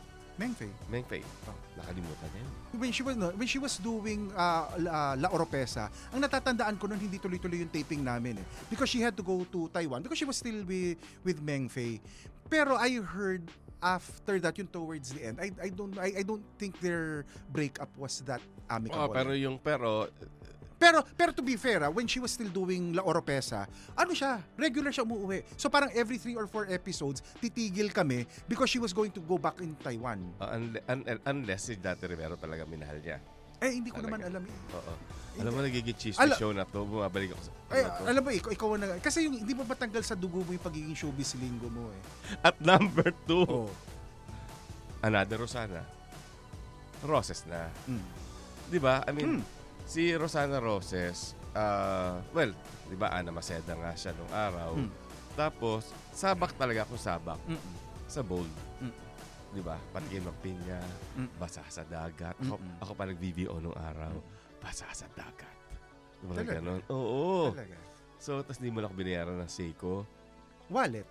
Speaker 1: Mengfei. Oh.
Speaker 2: Mengfei. Nakalimutan niya yun.
Speaker 1: when she was no, when she was doing uh, La- La Oropesa, ang natatandaan ko noon hindi tuloy-tuloy yung taping namin eh because she had to go to Taiwan because she was still with with Meng Fei. Pero I heard after that yung towards the end I I don't I, I don't think their breakup was that
Speaker 2: Oh,
Speaker 1: amicable.
Speaker 2: pero yung pero,
Speaker 1: Pero pero to be fair, ah, when she was still doing La Oropesa, ano siya, regular siya umuwi. So parang every three or four episodes, titigil kami because she was going to go back in Taiwan.
Speaker 2: uh, unle- un- un- unless si Dante Rivero talaga minahal niya.
Speaker 1: Eh hindi ko naman alam. eh.
Speaker 2: Oo. Alam mo, nagiging cheese
Speaker 1: Ala-
Speaker 2: show na to. Bumabalik ako sa
Speaker 1: Ay,
Speaker 2: ano to.
Speaker 1: alam mo, ikaw, ikaw ang nag- Kasi yung, hindi mo matanggal sa dugo mo yung pagiging showbiz linggo mo eh.
Speaker 2: At number two, Another Rosana. Roses na.
Speaker 1: Mm.
Speaker 2: Di ba? I
Speaker 1: Hmm.
Speaker 2: mean, si Rosana Roses, ah, well, di ba, Ana Maceda nga siya nung araw. Tapos, sabak talaga ako sabak.
Speaker 1: Hmm. Mm-mm.
Speaker 2: Sa bowl.
Speaker 1: Mm-mm.
Speaker 2: Di ba? Patikim ng pinya,
Speaker 1: Mm-mm.
Speaker 2: basa sa dagat. Ako, ako pa nag-VVO nung araw, basa sa dagat. Mga
Speaker 1: Talaga?
Speaker 2: ganon. Oo.
Speaker 1: Talaga?
Speaker 2: So, tapos di mo lang ako binayaran ng Seiko.
Speaker 1: Wallet.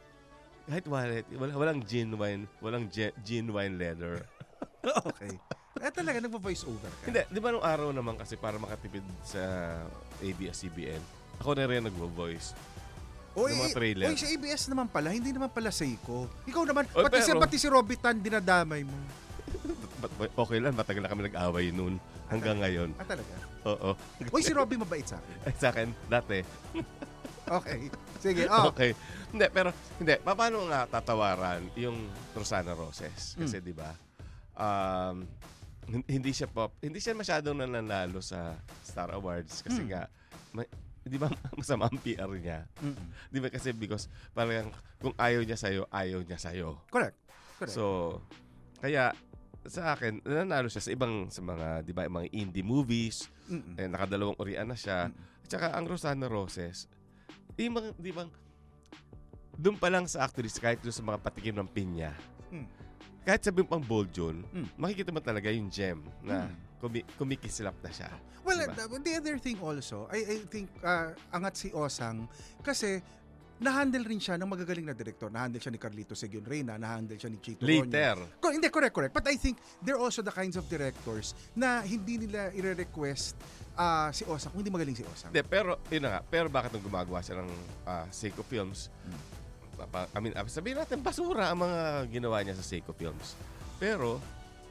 Speaker 2: Kahit wallet. Wal- Walang gin wine. Walang gin, gin wine leather.
Speaker 1: okay. Eh, talaga, nagpa-voice over ka.
Speaker 2: Hindi, di ba nung araw naman kasi para makatipid sa ABS-CBN, ako na rin nagbo-voice.
Speaker 1: Oy,
Speaker 2: Yung mga trailer.
Speaker 1: Oy, eh, sa ABS naman pala, hindi naman pala Seiko. Ikaw naman,
Speaker 2: Oy,
Speaker 1: pati, si,
Speaker 2: pero-
Speaker 1: pati si Robbie Tan dinadamay mo.
Speaker 2: But, but okay lang, matagal na kami nag-away noon hanggang ngayon.
Speaker 1: Ah, talaga?
Speaker 2: Oo.
Speaker 1: Oy, si Robbie mabait sa akin.
Speaker 2: Ay, sa akin, dati.
Speaker 1: Okay. Sige, oh.
Speaker 2: Okay. Hindi, pero, hindi. Pa- Paano nga tatawaran yung Rosana Roses? Kasi, di ba, um, hin- hindi siya pop, hindi siya masyadong nananalo sa Star Awards kasi
Speaker 1: Mm.
Speaker 2: nga, ma- di ba masama ang PR niya?
Speaker 1: Mm-mm.
Speaker 2: Di ba kasi because parang kung ayaw niya sa'yo, ayaw niya sa'yo.
Speaker 1: Correct. Correct.
Speaker 2: So, kaya sa akin, nanalo siya sa ibang, sa mga, di ba, mga indie movies,
Speaker 1: Mm-mm.
Speaker 2: eh, nakadalawang orian na siya. At saka ang Rosana Roses, di bang, di bang, doon pa lang sa actress, kahit doon sa mga patikim ng pinya,
Speaker 1: Mm.
Speaker 2: kahit sabihin pang bold yun,
Speaker 1: Mm.
Speaker 2: makikita mo talaga yung gem na kumi- kumikislap na siya.
Speaker 1: Hmm. Well,
Speaker 2: Diba?
Speaker 1: uh, the other thing also, I, I think uh, angat si Osang kasi na-handle rin siya ng magagaling na director. Na-handle siya ni Carlito Seguin Reyna, na-handle siya ni Chito
Speaker 2: Later.
Speaker 1: Ronyo. Co- hindi, correct, correct. But I think they're also the kinds of directors na hindi nila i-request uh, si Osang kung hindi magaling si Osang.
Speaker 2: Hindi, pero, yun na nga, pero bakit nung gumagawa siya ng ah, Seiko Films, pa- I mean, ah, sabihin natin, basura ang mga ginawa niya sa Seiko Films. Pero,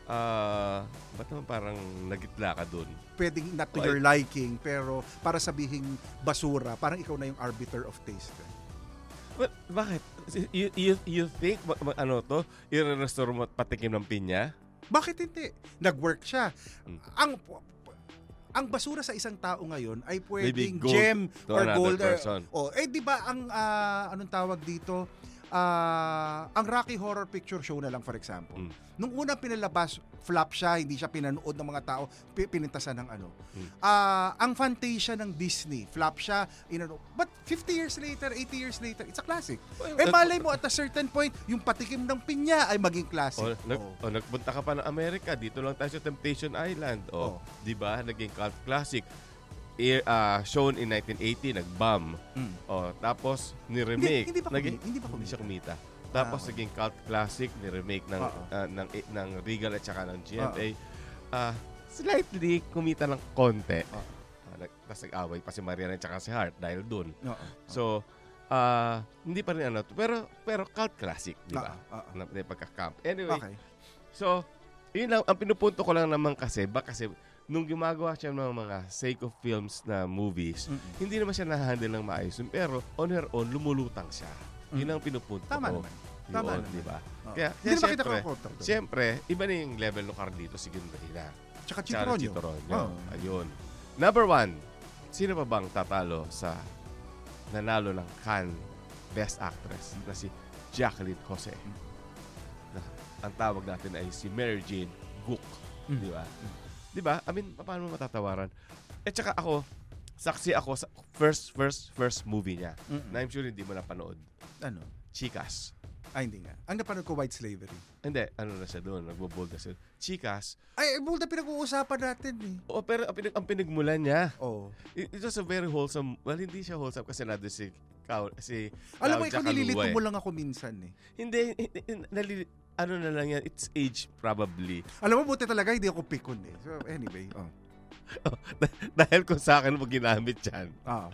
Speaker 2: ah, ba't naman parang nagitla ka dun?
Speaker 1: Pwedeng not to
Speaker 2: Oh,
Speaker 1: your
Speaker 2: ay-
Speaker 1: liking, pero para sabihin basura, parang ikaw na yung arbiter of taste.
Speaker 2: Well, bakit? You, you, you think, ma- ma- ano to, i-restore mo at patikim ng pinya?
Speaker 1: Bakit hindi? Nag-work siya.
Speaker 2: Hmm.
Speaker 1: Ang ang basura sa isang tao ngayon ay pwedeng
Speaker 2: gold
Speaker 1: gem
Speaker 2: to
Speaker 1: or
Speaker 2: another
Speaker 1: gold. eh,
Speaker 2: person.
Speaker 1: oh, eh di ba ang ah, anong tawag dito? Ah, ang Rocky Horror Picture Show na lang for example.
Speaker 2: Hmm.
Speaker 1: Nung una pinalabas, flop siya, hindi siya pinanood ng mga tao, pi- pinintasan ng ano.
Speaker 2: Hmm.
Speaker 1: Ah, ang Fantasia ng Disney, flop siya, inano. But 50 years later, 80 years later, it's a classic. eh malay mo at a certain point, yung patikim ng pinya ay maging classic. Oh.
Speaker 2: O, Oh, nag, o, nagpunta ka pa ng Amerika, dito lang tayo sa Temptation Island. O,
Speaker 1: Oh.
Speaker 2: di ba? Naging cult classic. I, ah, shown in 1980, nag-bomb.
Speaker 1: Mm.
Speaker 2: O, tapos, ni-remake.
Speaker 1: Hindi- hindi ba
Speaker 2: Naging-
Speaker 1: kumita? Hindi ba
Speaker 2: siya kumita. Tapos,
Speaker 1: Ah, okay.
Speaker 2: naging cult classic, ni-remake ng,
Speaker 1: Oo.
Speaker 2: ah, ng, eh, ng Regal at saka ng GMA. Ah, slightly kumita ng konti. Ah, nag- Tapos nag-away pa si Mariana at saka si Hart dahil dun.
Speaker 1: Oo.
Speaker 2: So, ah, hindi pa rin ano. Pero, pero cult classic, di ba?
Speaker 1: Oo, oo.
Speaker 2: Na, na pagka-camp. Anyway,
Speaker 1: Ah, Okay.
Speaker 2: so, yun lang, ang pinupunto ko lang naman kasi, baka kasi nung gumagawa siya ng mga Seiko Films na movies, hindi naman siya nahandle ng maayos. yun. Pero, on her own, lumulutang siya. Yun ang pinupunto
Speaker 1: Mm. Tama
Speaker 2: ko.
Speaker 1: naman. Tama
Speaker 2: Yun,
Speaker 1: naman.
Speaker 2: di ba?
Speaker 1: Oo.
Speaker 2: Kaya,
Speaker 1: Hindi
Speaker 2: kaya
Speaker 1: naman kita
Speaker 2: syempre,
Speaker 1: kukontra doon.
Speaker 2: syempre, iba na yung level ng Carlito, sige na rin
Speaker 1: Tsaka Chicharronio. Oo.
Speaker 2: Ayun. Number one, sino pa bang tatalo sa nanalo ng Cannes Best Actress na si Jacqueline Jose? Na, ang tawag natin ay si Mary Jane Gook.
Speaker 1: Mm.
Speaker 2: Di ba? Di ba? I mean, paano mo matatawaran? At saka ako, saksi ako sa first, first, first movie niya
Speaker 1: Mm-mm.
Speaker 2: na I'm sure hindi mo napanood.
Speaker 1: Ano?
Speaker 2: Chicas.
Speaker 1: Ay, hindi nga. Ang napanood ko, White Slavery.
Speaker 2: Hindi, ano na siya doon, nagbo-bold na siya. Chicas,
Speaker 1: Ay, Bulda, pinag-uusapan natin eh.
Speaker 2: Oh, pero ang, pinag- ang pinagmulan niya.
Speaker 1: Oo.
Speaker 2: It, it was a very wholesome. Well, hindi siya wholesome kasi nandun si Kao, si
Speaker 1: Alam mo,
Speaker 2: Claudia
Speaker 1: ikaw nililito
Speaker 2: Kalua eh.
Speaker 1: mo lang ako minsan eh.
Speaker 2: Hindi, hindi- hindi- nalili- ano na lang yan, it's age probably.
Speaker 1: Alam mo, buti talaga, hindi ako pikon eh. So, anyway, oh.
Speaker 2: Dahil kung sa akin mo ginamit yan,
Speaker 1: Ah.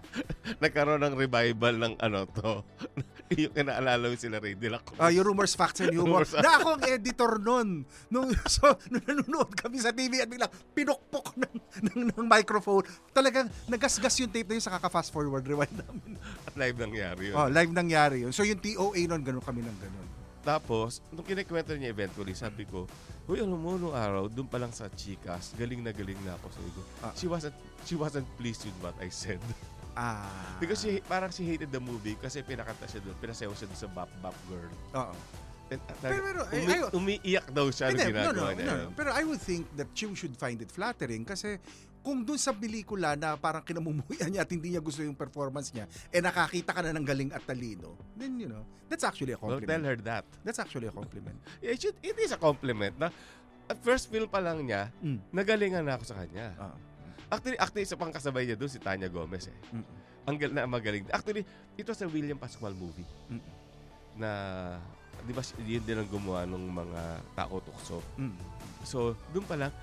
Speaker 2: nagkaroon ng revival ng ano to. yung kinaalala mo sila Ray De La Cruz.
Speaker 1: Ah, yung rumors, facts, and humor.
Speaker 2: Rumors,
Speaker 1: na ako ang editor nun. Nung, so, nung nanonood kami sa TV at biglang pinukpok ng, ng, ng microphone. Talagang nagasgas yung tape na yun sa kaka-fast forward rewind namin.
Speaker 2: At live nangyari yun.
Speaker 1: Oh, live nangyari yun. So yung TOA nun, ganun kami ng ganun.
Speaker 2: Tapos, nung kinikwento niya eventually, sabi ko, Uy, alam mo, nung araw, dun pa lang sa chicas, galing na galing na ako. Sabi ko, she, wasn't, she wasn't pleased with what I said.
Speaker 1: Ah.
Speaker 2: Because she, parang she hated the movie kasi pinakanta siya doon, pinasayaw siya doon sa Bop Bop Girl. ah,
Speaker 1: Oo. Pero, pero, ay,
Speaker 2: Umi-
Speaker 1: ayo-
Speaker 2: umiiyak daw siya nung
Speaker 1: Hindi, no,
Speaker 2: ginagawa
Speaker 1: no,
Speaker 2: niya. eh.
Speaker 1: no. Pero I would think that you should find it flattering kasi kung dun sa pelikula na parang kinamumuhian niya at hindi niya gusto yung performance niya, eh nakakita ka na ng galing at talino, then you know, that's actually a
Speaker 2: Well,
Speaker 1: compliment.
Speaker 2: tell her that.
Speaker 1: That's actually a compliment.
Speaker 2: Yeah, it, should, it is a compliment. Na, at first film pa lang niya,
Speaker 1: Mm.
Speaker 2: nagalingan na ako sa kanya.
Speaker 1: Ah.
Speaker 2: Actually, actually, isa pang kasabay niya doon, si Tanya Gomez eh. Ang gal- na magaling. Actually, ito sa William Pascual movie.
Speaker 1: Mm,
Speaker 2: Na, di ba, si- yun din ang gumawa ng mga tao tukso.
Speaker 1: Mm.
Speaker 2: So, doon pa lang,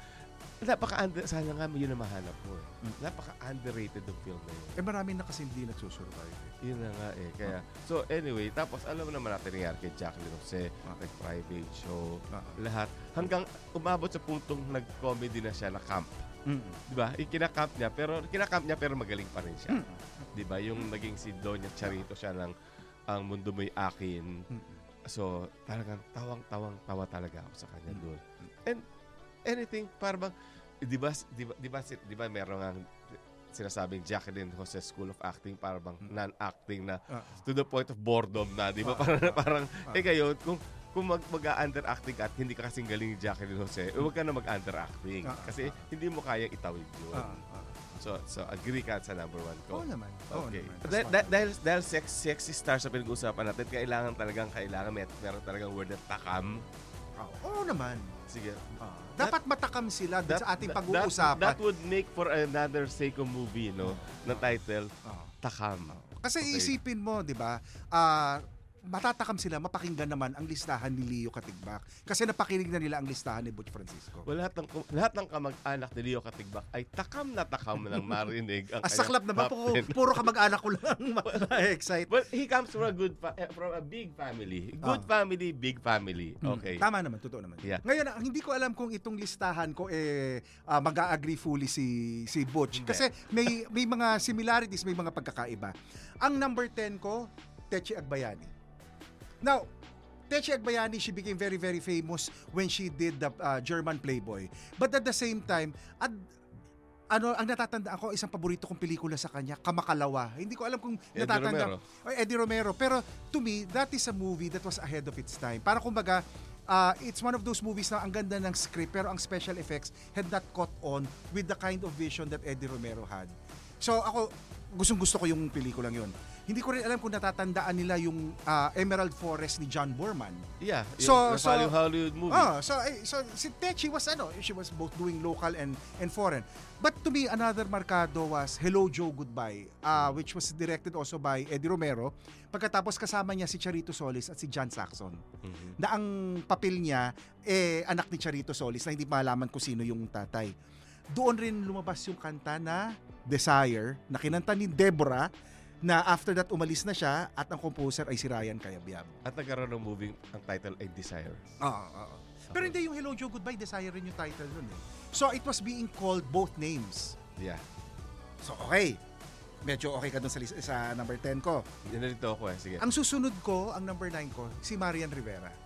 Speaker 2: napaka-under, sana nga yun ang mahanap mo eh. Napaka-underrated ng film na yun.
Speaker 1: Eh marami na kasi hindi nagsusurvive. eh.
Speaker 2: Yun na nga eh. Kaya, so anyway, tapos alam naman natin nangyari kay Jacqueline Jose, nag-private show,
Speaker 1: Ah.
Speaker 2: lahat. Hanggang umabot sa puntong nag-comedy na siya na camp.
Speaker 1: Mm.
Speaker 2: Di ba? Ikinakamp niya, pero kinakamp niya pero magaling pa rin
Speaker 1: Mm.
Speaker 2: siya. Di ba? Yung naging si Doña Charito siya ng ang mundo mo'y akin. So, talagang tawang-tawang tawa talaga ako sa kanya doon. And anything, parang, di ba, di ba, di ba, si- di ba meron ang sinasabing Jacqueline Jose School of Acting para bang non-acting na
Speaker 1: Mm. Ah.
Speaker 2: to the point of boredom na, di ba?
Speaker 1: Ah,
Speaker 2: Parang,
Speaker 1: ah,
Speaker 2: parang
Speaker 1: ah.
Speaker 2: eh kayo, kung kung mag, mag-underacting ka at hindi ka kasing galing ni Jacqueline Jose, eh, huwag ka na mag-underacting.
Speaker 1: Ah, ah,
Speaker 2: kasi hindi mo kaya itawid yun.
Speaker 1: Ah,
Speaker 2: So, so agree ka sa number one ko.
Speaker 1: Oo naman. Oo
Speaker 2: okay.
Speaker 1: naman.
Speaker 2: Dah- dah- dahil, dahil sex, sexy stars sa pinag-uusapan natin, kailangan talagang, kailangan, may, meron talagang word na takam.
Speaker 1: Ah, Oo naman. Ah.
Speaker 2: Sige.
Speaker 1: Dapat matakam sila dun sa ating
Speaker 2: that-
Speaker 1: pag-uusapan.
Speaker 2: That, that would make for another Seiko movie, no? Na title,
Speaker 1: Ah.
Speaker 2: Takam.
Speaker 1: Kasi
Speaker 2: Okay.
Speaker 1: iisipin mo, 'di ba? Ah, matatakam sila mapakinggan naman ang listahan ni Leo Katigbak kasi napakinig na nila ang listahan ni Butch Francisco.
Speaker 2: Well, lahat ng, lahat ng kamag-anak ni Leo Katigbak ay takam na takam ng marinig. Ang
Speaker 1: As saklap
Speaker 2: kanyang
Speaker 1: naman po,
Speaker 2: captain.
Speaker 1: puro kamag-anak ko lang ma-excite.
Speaker 2: Well, he comes from a good fa- eh, from a big family.
Speaker 1: Ah.
Speaker 2: Good family, big family.
Speaker 1: Mm,
Speaker 2: Okay.
Speaker 1: Tama naman, totoo naman.
Speaker 2: Yeah.
Speaker 1: Ngayon, ang hindi ko alam kung itong listahan ko eh ah, mag-agree fully si si Butch kasi may may mga similarities, may mga pagkakaiba. Ang number 10 ko, Techi Agbayani. Now, Techi Agbayani, she became very very famous when she did the ah, German Playboy. But at the same time, at ano, ang natatandaan ko, isang paborito kong pelikula sa kanya, Kamakalawa. Hindi ko alam kung
Speaker 2: Eddie
Speaker 1: natatanda.
Speaker 2: Romero.
Speaker 1: Ay, Eddie Romero. Pero to me, that is a movie that was ahead of its time. Para kumbaga, ah, it's one of those movies na ang ganda ng script pero ang special effects had not caught on with the kind of vision that Eddie Romero had. So ako, gustong gusto ko yung pelikulang yun. Hindi ko rin alam kung natatandaan nila yung ah, Emerald Forest ni John Borman.
Speaker 2: Yeah. yung
Speaker 1: So- so-
Speaker 2: Napalyo Hollywood movie.
Speaker 1: Ah, so eh, so si Techi was ano, she was both doing local and and foreign. But to me another markado was Hello Joe Goodbye, ah, which was directed also by Eddie Romero. Pagkatapos kasama niya si Charito Solis at si John Saxon.
Speaker 2: Mm-hmm.
Speaker 1: Na ang papel niya eh anak ni Charito Solis na hindi malaman kung sino yung tatay. Doon rin lumabas yung kanta na Desire na kinanta ni Deborah na after that umalis na siya at ang composer ay si Ryan Cayabyab.
Speaker 2: At nagkaroon ng movie, ang title ay Desire.
Speaker 1: Oo, oo. Ah, Pero hindi yung Hello Joe Goodbye, Desire rin yung title nun eh. So it was being called both names.
Speaker 2: Yeah.
Speaker 1: So okay, medyo okay ka dun sa, lis- sa number 10 ko.
Speaker 2: Ganito ako eh. Sige.
Speaker 1: Ang susunod ko, ang number 9 ko, si Marian Rivera.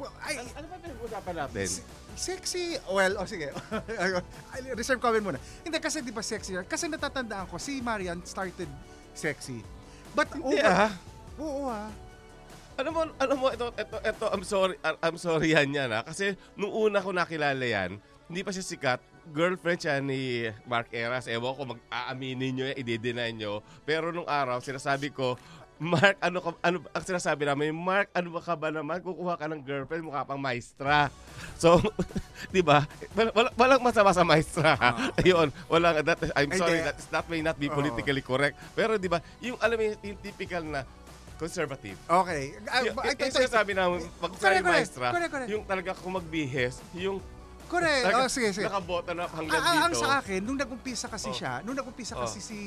Speaker 1: Well, ay,
Speaker 2: ano ba pinag-usapan natin?
Speaker 1: Sexy. Well, oh, sige. Reserve comment muna. Hindi, kasi di ba sexy? yan? Kasi natatandaan ko, si Marian started sexy. But
Speaker 2: Hindi
Speaker 1: over...
Speaker 2: ah.
Speaker 1: Oo ah.
Speaker 2: Alam mo, alam mo, ito, ito, ito, I'm sorry, ah, I'm sorry yan yan ah. Kasi nung una ko nakilala yan, hindi pa siya sikat. Girlfriend siya ni Mark Eras. Ewan ko, mag-aaminin nyo, i-deny nyo. Pero nung araw, sinasabi ko, Mark, ano ka, ano, ang sinasabi namin, Mark, ano ba ka ba naman? Kukuha ka ng girlfriend, mukha pang maestra. So, di ba? Wala, wala, walang masama sa maestra. ha? Yun, walang, that, I'm
Speaker 1: Ah, Ay,
Speaker 2: sorry,
Speaker 1: di.
Speaker 2: that, that may not be
Speaker 1: Oo.
Speaker 2: politically correct. Pero di ba, yung, alam mo, yung, yung typical na conservative.
Speaker 1: Okay. Ah,
Speaker 2: Yung-
Speaker 1: ba-
Speaker 2: yung-
Speaker 1: ito-
Speaker 2: yung
Speaker 1: ito-
Speaker 2: sinasabi namin, pag
Speaker 1: Correct,
Speaker 2: sa
Speaker 1: correct,
Speaker 2: maestra,
Speaker 1: correct, correct.
Speaker 2: yung talaga kung magbihes, yung
Speaker 1: Correct.
Speaker 2: talaga
Speaker 1: Oh, sige, sige.
Speaker 2: nakabota na hanggang
Speaker 1: Ah, ah, ang
Speaker 2: dito.
Speaker 1: sa akin, nung nagumpisa kasi
Speaker 2: Oh.
Speaker 1: siya, nung nagumpisa
Speaker 2: Oh.
Speaker 1: kasi si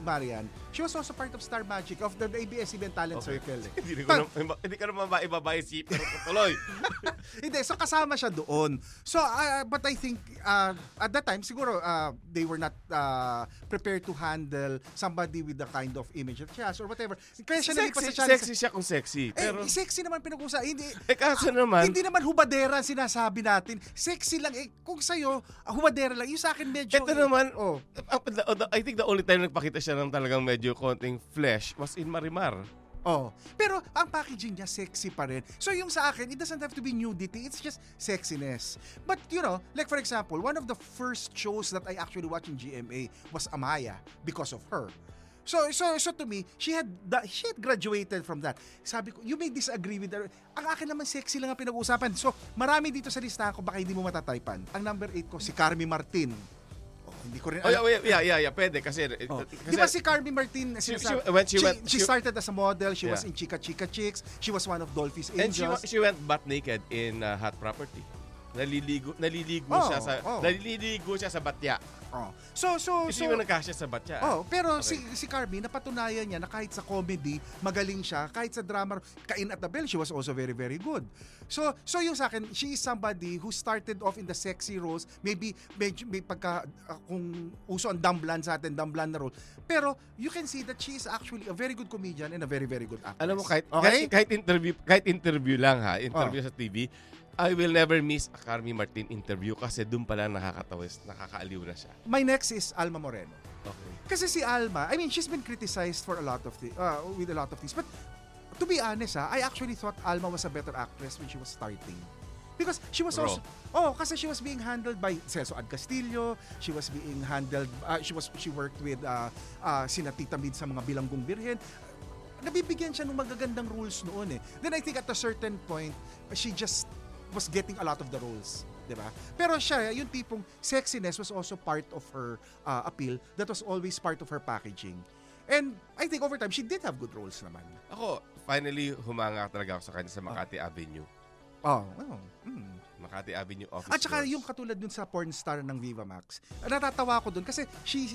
Speaker 1: Marian, she was also part of Star Magic, of the ABS-CBN Talent
Speaker 2: Okay.
Speaker 1: Circle. eh.
Speaker 2: hindi, ko
Speaker 1: Pag-
Speaker 2: na, hindi ka naman ba ibabayasi, pero tuloy.
Speaker 1: Hindi, so kasama siya doon. So, ah, but I think ah, at that time, siguro ah, they were not ah, prepared to handle somebody with the kind of image that she has or whatever. Kaya siya
Speaker 2: sexy,
Speaker 1: nalipas sa challenge.
Speaker 2: sexy siya kung sexy.
Speaker 1: Eh,
Speaker 2: Pero,
Speaker 1: sexy naman pinag-usa. Hindi, ah,
Speaker 2: eh, kaso naman,
Speaker 1: hindi naman hubadera ang sinasabi natin. Sexy lang. Eh, kung sa'yo, ah, hubadera lang. Yung sa akin medyo...
Speaker 2: Ito
Speaker 1: eh,
Speaker 2: naman,
Speaker 1: oh.
Speaker 2: I think the only time nagpakita siya ng talagang medyo konting flesh was in Marimar.
Speaker 1: Oh, pero ang packaging niya sexy pa rin. So yung sa akin, it doesn't have to be nudity, it's just sexiness. But you know, like for example, one of the first shows that I actually watched in GMA was Amaya because of her. So so so to me, she had da- she had graduated from that. Sabi ko, you may disagree with her. Ang akin naman sexy lang ang pinag-uusapan. So marami dito sa listahan ko baka hindi mo matataypan. Ang number 8 ko si Carmi Martin. Oh, hindi ko rin
Speaker 2: Oh, yeah, yeah, yeah, yeah, yeah, pwede kasi,
Speaker 1: Oh.
Speaker 2: kasi
Speaker 1: Di ba si Carmi Martin,
Speaker 2: She-
Speaker 1: sinasabi-
Speaker 2: she- when she went- she-
Speaker 1: she started as a model, she was
Speaker 2: Yeah.
Speaker 1: in Chica Chica Chicks, she was one of Dolphy's
Speaker 2: And she, wa-
Speaker 1: Angels.
Speaker 2: she went butt naked in uh, Hot Property. Naliligo, naliligo
Speaker 1: Oh,
Speaker 2: siya sa
Speaker 1: oh.
Speaker 2: naliligo siya sa batya.
Speaker 1: Oh. So so
Speaker 2: Kasi
Speaker 1: so
Speaker 2: yung nagkasya sa batya.
Speaker 1: Oh, pero
Speaker 2: Okay.
Speaker 1: si si Carmi napatunayan niya na kahit sa comedy, magaling siya, kahit sa drama, Kain at the Bell, she was also very very good. So so yung sa akin, she is somebody who started off in the sexy roles, maybe medyo may pagka ah, kung uso ang dumblan sa atin, dumblan na role. Pero you can see that she is actually a very good comedian and a very very good actress.
Speaker 2: Alam mo kahit,
Speaker 1: okay?
Speaker 2: kahit kahit interview kahit interview lang ha, interview sa TV, I will never miss a Carmi Martin interview kasi doon pala nakakatawis, nakakaaliw na siya.
Speaker 1: My next is Alma Moreno.
Speaker 2: Okay.
Speaker 1: Kasi si Alma, I mean, she's been criticized for a lot of thi- uh, with a lot of things. But to be honest, ha, I actually thought Alma was a better actress when she was starting. Because she was
Speaker 2: Raw.
Speaker 1: also Oh, kasi she was being handled by Celso Ad Castillo, she was being handled uh, she was she worked with uh, uh sina Tita Mid sa mga bilanggong birhen. Nabibigyan siya ng magagandang rules noon eh. Then I think at a certain point, she just was getting a lot of the roles. 'di ba? Pero siya, yung tipong sexiness was also part of her uh, appeal. That was always part of her packaging. And I think over time, she did have good roles naman.
Speaker 2: Ako, finally humanga talaga ako sa kanya sa Makati Avenue.
Speaker 1: Oh, oh. Mm.
Speaker 2: Makati Avenue office.
Speaker 1: At saka
Speaker 2: girls.
Speaker 1: yung katulad dun sa porn star ng Viva Max, natatawa ko dun kasi she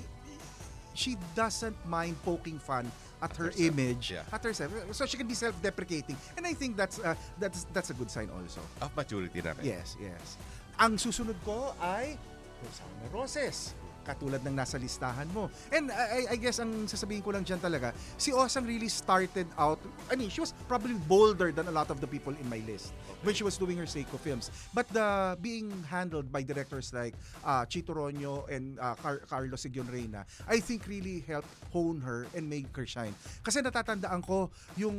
Speaker 1: she doesn't mind poking fun at, her
Speaker 2: herself,
Speaker 1: image,
Speaker 2: yeah.
Speaker 1: at herself. So she can be self-deprecating. And I think that's uh, that's that's a good sign also.
Speaker 2: of maturity na rin.
Speaker 1: Yes, yes. Ang susunod ko ay Rosana Roses katulad ng nasa listahan mo. And I, I- I guess ang sasabihin ko lang dyan talaga, si Osang really started out, I mean, she was probably bolder than a lot of the people in my list when she was doing her Seiko films. But the being handled by directors like uh, Chito Roño and uh, Car- Carlos Sigion Reyna, I think really helped hone her and make her shine. Kasi natatandaan ko yung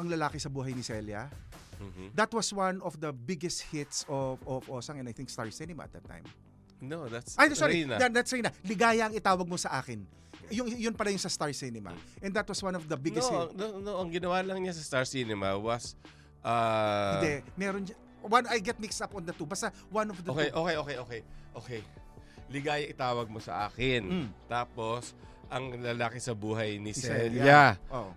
Speaker 1: ang lalaki sa buhay ni Celia, That was one of the biggest hits of of Osang and I think Star Cinema at that time.
Speaker 2: No, that's
Speaker 1: Ay, sorry.
Speaker 2: Reyna.
Speaker 1: That, that's Reyna. Ligaya ang itawag mo sa akin. Yung, yun pala yung sa Star Cinema. And that was one of the biggest
Speaker 2: no,
Speaker 1: hits.
Speaker 2: no, no, ang ginawa lang niya sa Star Cinema was uh,
Speaker 1: Hindi, meron dyan- One, I get mixed up on the two. Basta one of the
Speaker 2: Okay, oh.
Speaker 1: two.
Speaker 2: okay, okay, okay. Okay. Ligaya itawag mo sa
Speaker 1: Hmm.
Speaker 2: akin. Tapos ang lalaki sa buhay ni
Speaker 1: Si
Speaker 2: Celia.
Speaker 1: Celia. Oh.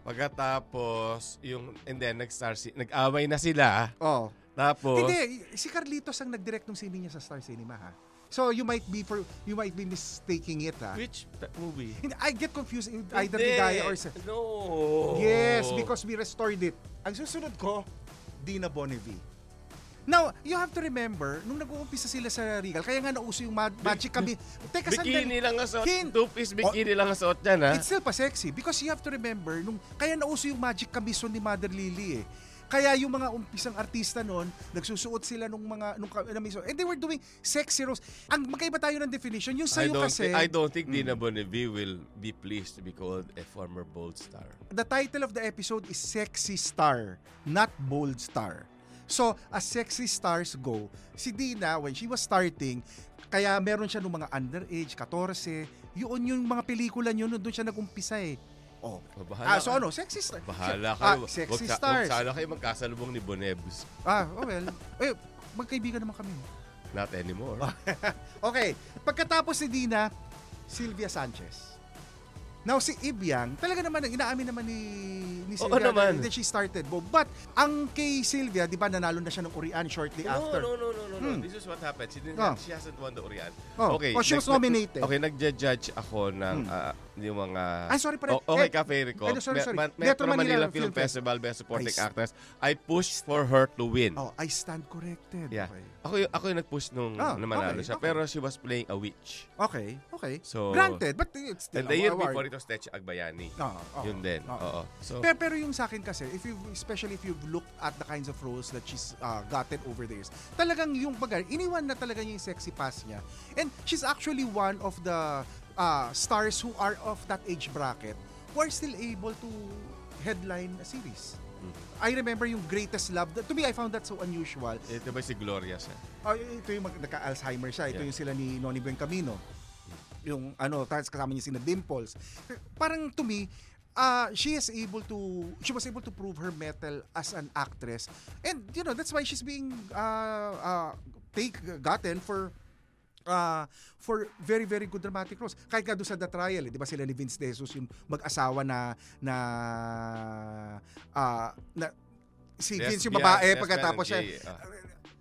Speaker 2: Pagkatapos yung and then nag-star si- nag-away na sila.
Speaker 1: Oh.
Speaker 2: Tapos
Speaker 1: Hindi, si Carlitos ang nag-direct ng sine niya sa Star Cinema ha. So you might be for you might be mistaking it ha.
Speaker 2: which ta- movie?
Speaker 1: Hindi, I get confused in either
Speaker 2: Hindi.
Speaker 1: Ligaya or sa...
Speaker 2: No.
Speaker 1: Yes, because we restored it. Ang susunod ko, Dina Bonnevie. Now, you have to remember, nung nag-uumpisa sila sa Regal, kaya nga nauso yung ma- magic kami. Teka,
Speaker 2: Bikini lang ang suot.
Speaker 1: Hin- Oh,
Speaker 2: Two-piece bikini lang ang suot niyan, ha?
Speaker 1: It's still pa sexy because you have to remember, nung, kaya nauso yung magic kamison ni Mother Lily eh. Kaya yung mga umpisang artista noon, nagsusuot sila nung mga nung ka- na miso. And they were doing sexy roles. Ang magkaiba tayo ng definition. Yung
Speaker 2: I
Speaker 1: sa'yo
Speaker 2: don't,
Speaker 1: kasi,
Speaker 2: thi-
Speaker 1: Hmm.
Speaker 2: I don't think Dina Bonnevie will be pleased to be called a former bold star.
Speaker 1: the title of the episode is Sexy Star, not Bold Star. So, as sexy stars go, si Dina, when she was starting, kaya meron siya nung mga underage, 14, yun yung mga pelikula niyo, nun, doon siya nagumpisa eh. Oh.
Speaker 2: Bahala
Speaker 1: ah,
Speaker 2: ka.
Speaker 1: so ano, sexy star.
Speaker 2: Bahala
Speaker 1: Ah,
Speaker 2: kayo. Wag
Speaker 1: sexy
Speaker 2: sa-
Speaker 1: stars.
Speaker 2: Wag sana kayo magkasalubong ni Bonebs.
Speaker 1: Ah, oh well. Eh, magkaibigan naman kami.
Speaker 2: Not anymore.
Speaker 1: Ah, Okay, pagkatapos ni Dina, Sylvia Sanchez. Now, si Ibyang, talaga naman, inaamin naman ni, ni
Speaker 2: Oo
Speaker 1: Sylvia.
Speaker 2: naman.
Speaker 1: Then she started, Bob. But, ang kay Sylvia, di ba, nanalo na siya ng Korean shortly
Speaker 2: No,
Speaker 1: after.
Speaker 2: no, no, no, no, no.
Speaker 1: Hmm.
Speaker 2: This is what happened. She, didn't,
Speaker 1: Oh.
Speaker 2: she hasn't won the Orian.
Speaker 1: Oh. Oh, she was nominated.
Speaker 2: Okay, nagja-judge ako ng
Speaker 1: Hmm.
Speaker 2: ah, yung mga...
Speaker 1: Ay, sorry pala.
Speaker 2: O- okay,
Speaker 1: Eh,
Speaker 2: Cafe Rico.
Speaker 1: ano, sorry,
Speaker 2: Me-
Speaker 1: sorry.
Speaker 2: Man-
Speaker 1: Metro
Speaker 2: Metro,
Speaker 1: Manila
Speaker 2: Manila,
Speaker 1: Film
Speaker 2: Film Festival Best Supporting
Speaker 1: I s-
Speaker 2: Actress. I pushed for her to win.
Speaker 1: Oh, I stand corrected.
Speaker 2: Yeah.
Speaker 1: Okay.
Speaker 2: Ako yung, ako yung nag-push nung
Speaker 1: Ah,
Speaker 2: na manalo
Speaker 1: okay,
Speaker 2: siya.
Speaker 1: okay.
Speaker 2: Pero she was playing a witch.
Speaker 1: Okay, okay.
Speaker 2: So-
Speaker 1: Granted, but it's still
Speaker 2: And the year
Speaker 1: award.
Speaker 2: before it was Teche Agbayani.
Speaker 1: Oo, oo,
Speaker 2: Yun din. Oo. So,
Speaker 1: Ah, pero, pero yung sa akin kasi, if you especially if you've looked at the kinds of roles that she's uh, gotten over the years, talagang yung pag iniwan na talaga niya yung sexy pass niya. And she's actually one of ah, the uh, stars who are of that age bracket who are still able to headline a series.
Speaker 2: Hmm.
Speaker 1: I remember yung Greatest Love. To me, I found that so unusual.
Speaker 2: Ito ba si Gloria siya?
Speaker 1: Oh, ito yung mag- nagka-Alzheimer siya. Ito
Speaker 2: Yeah.
Speaker 1: yung sila ni Noni Buencamino. Yung ano, tapos kasama niya sina Dimples. Parang to me, uh, she is able to, she was able to prove her metal as an actress. And, you know, that's why she's being uh, uh, take, gotten for uh, for very very good dramatic roles. Kahit nga doon sa The Trial, eh, 'di ba sila ni Vince De Jesus yung mag-asawa na na ah, na si Vince
Speaker 2: Lesbian-
Speaker 1: yung babae
Speaker 2: lesbian
Speaker 1: pagkatapos
Speaker 2: and
Speaker 1: siya
Speaker 2: gay, ah.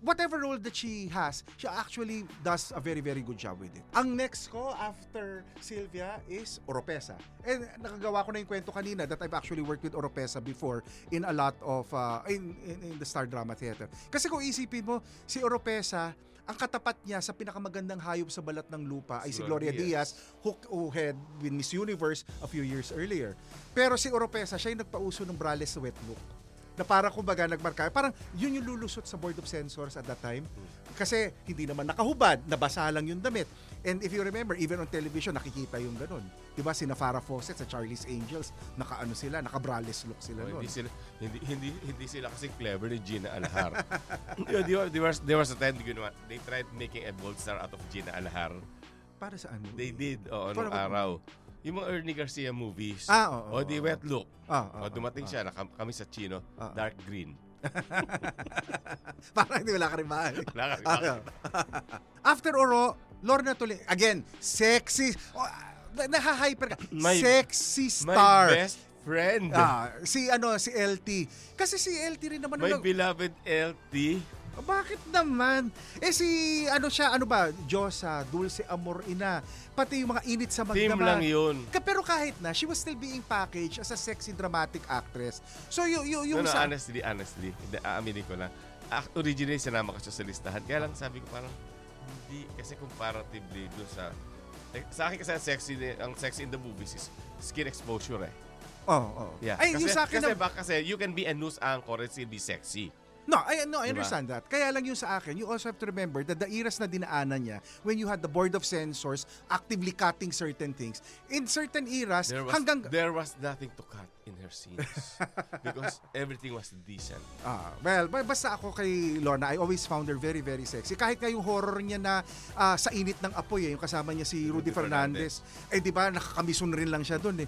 Speaker 1: whatever role that she has, she actually does a very, very good job with it. Ang next ko after Sylvia is Oropesa. And nakagawa ko na yung kwento kanina that I've actually worked with Oropesa before in a lot of, uh, in, in, in the Star Drama Theater. Kasi kung isipin mo, si Oropesa, ang katapat niya sa pinakamagandang hayop sa balat ng lupa ay si Gloria
Speaker 2: Gloria
Speaker 1: Diaz, who, who had been Miss Universe a few years earlier. Pero si Oropesa, siya yung nagpauso ng braless wet look na parang kumbaga nagmarka. Parang yun yung lulusot sa Board of Censors at that time. Kasi hindi naman nakahubad, nabasa lang yung damit. And if you remember, even on television, nakikita yung ganun. Di ba, sina Farrah Fawcett sa Charlie's Angels, nakaano sila, naka-braless look
Speaker 2: Oh,
Speaker 1: sila nun.
Speaker 2: hindi sila hindi hindi hindi sila kasi clever ni Gina Alhar. you know, there, there was there was a time they, ginawa- they tried making a bold star out of Gina Alhar.
Speaker 1: Para ano? saan?
Speaker 2: They did oh,
Speaker 1: For
Speaker 2: nung
Speaker 1: what?
Speaker 2: araw. Yung mga Ernie Garcia movies.
Speaker 1: Ah,
Speaker 2: O,
Speaker 1: oo, oo,
Speaker 2: the
Speaker 1: oo.
Speaker 2: wet look.
Speaker 1: Ah,
Speaker 2: o,
Speaker 1: oo,
Speaker 2: dumating
Speaker 1: oo,
Speaker 2: siya, nakam, kami sa Chino, dark green.
Speaker 1: Parang hindi wala ka rin mahal.
Speaker 2: Wala ka rin
Speaker 1: Ah,
Speaker 2: mahal.
Speaker 1: After Oro, Lorna Tuloy. Again, sexy. Oh, na- Nahahyper ka.
Speaker 2: My-
Speaker 1: sexy
Speaker 2: my
Speaker 1: star.
Speaker 2: best friend.
Speaker 1: Ah, si ano, si LT. Kasi si LT rin naman
Speaker 2: My
Speaker 1: nung-
Speaker 2: beloved LT.
Speaker 1: Oh, Bakit naman? Eh si, ano siya, ano ba, Diyosa, Dulce Amor Ina, pati yung mga init sa
Speaker 2: Team
Speaker 1: magdama.
Speaker 2: lang yun.
Speaker 1: Ka- pero kahit na, she was still being packaged as a sexy dramatic actress. So you, you,
Speaker 2: No,
Speaker 1: yung
Speaker 2: no,
Speaker 1: sa...
Speaker 2: honestly, honestly, da- aaminin ko lang. Ah, Originally, sinama ko siya sa listahan. Kaya lang sabi ko parang, hindi, kasi comparatively doon sa... eh, Sa akin kasi ang sexy, ni- ang sexy in the movies is skin exposure eh.
Speaker 1: Oh, oh.
Speaker 2: Yeah.
Speaker 1: Ay,
Speaker 2: kasi,
Speaker 1: yung sa akin
Speaker 2: kasi
Speaker 1: na-
Speaker 2: baka kasi you can be a news anchor and still be sexy.
Speaker 1: No, I, no, I
Speaker 2: Diba?
Speaker 1: understand that. Kaya lang yung sa akin, you also have to remember that the eras na dinaanan niya, when you had the board of censors actively cutting certain things, in certain eras,
Speaker 2: There was,
Speaker 1: hanggang...
Speaker 2: there was nothing to cut in her scenes. because everything was decent.
Speaker 1: Ah, well, ba- basta ako kay Lorna, I always found her very, very sexy. Kahit nga yung horror niya na ah, sa init ng apoy, eh, yung kasama niya si Rudy,
Speaker 2: Rudy
Speaker 1: Fernandez. Eh, di ba, nakakamison rin lang siya doon eh.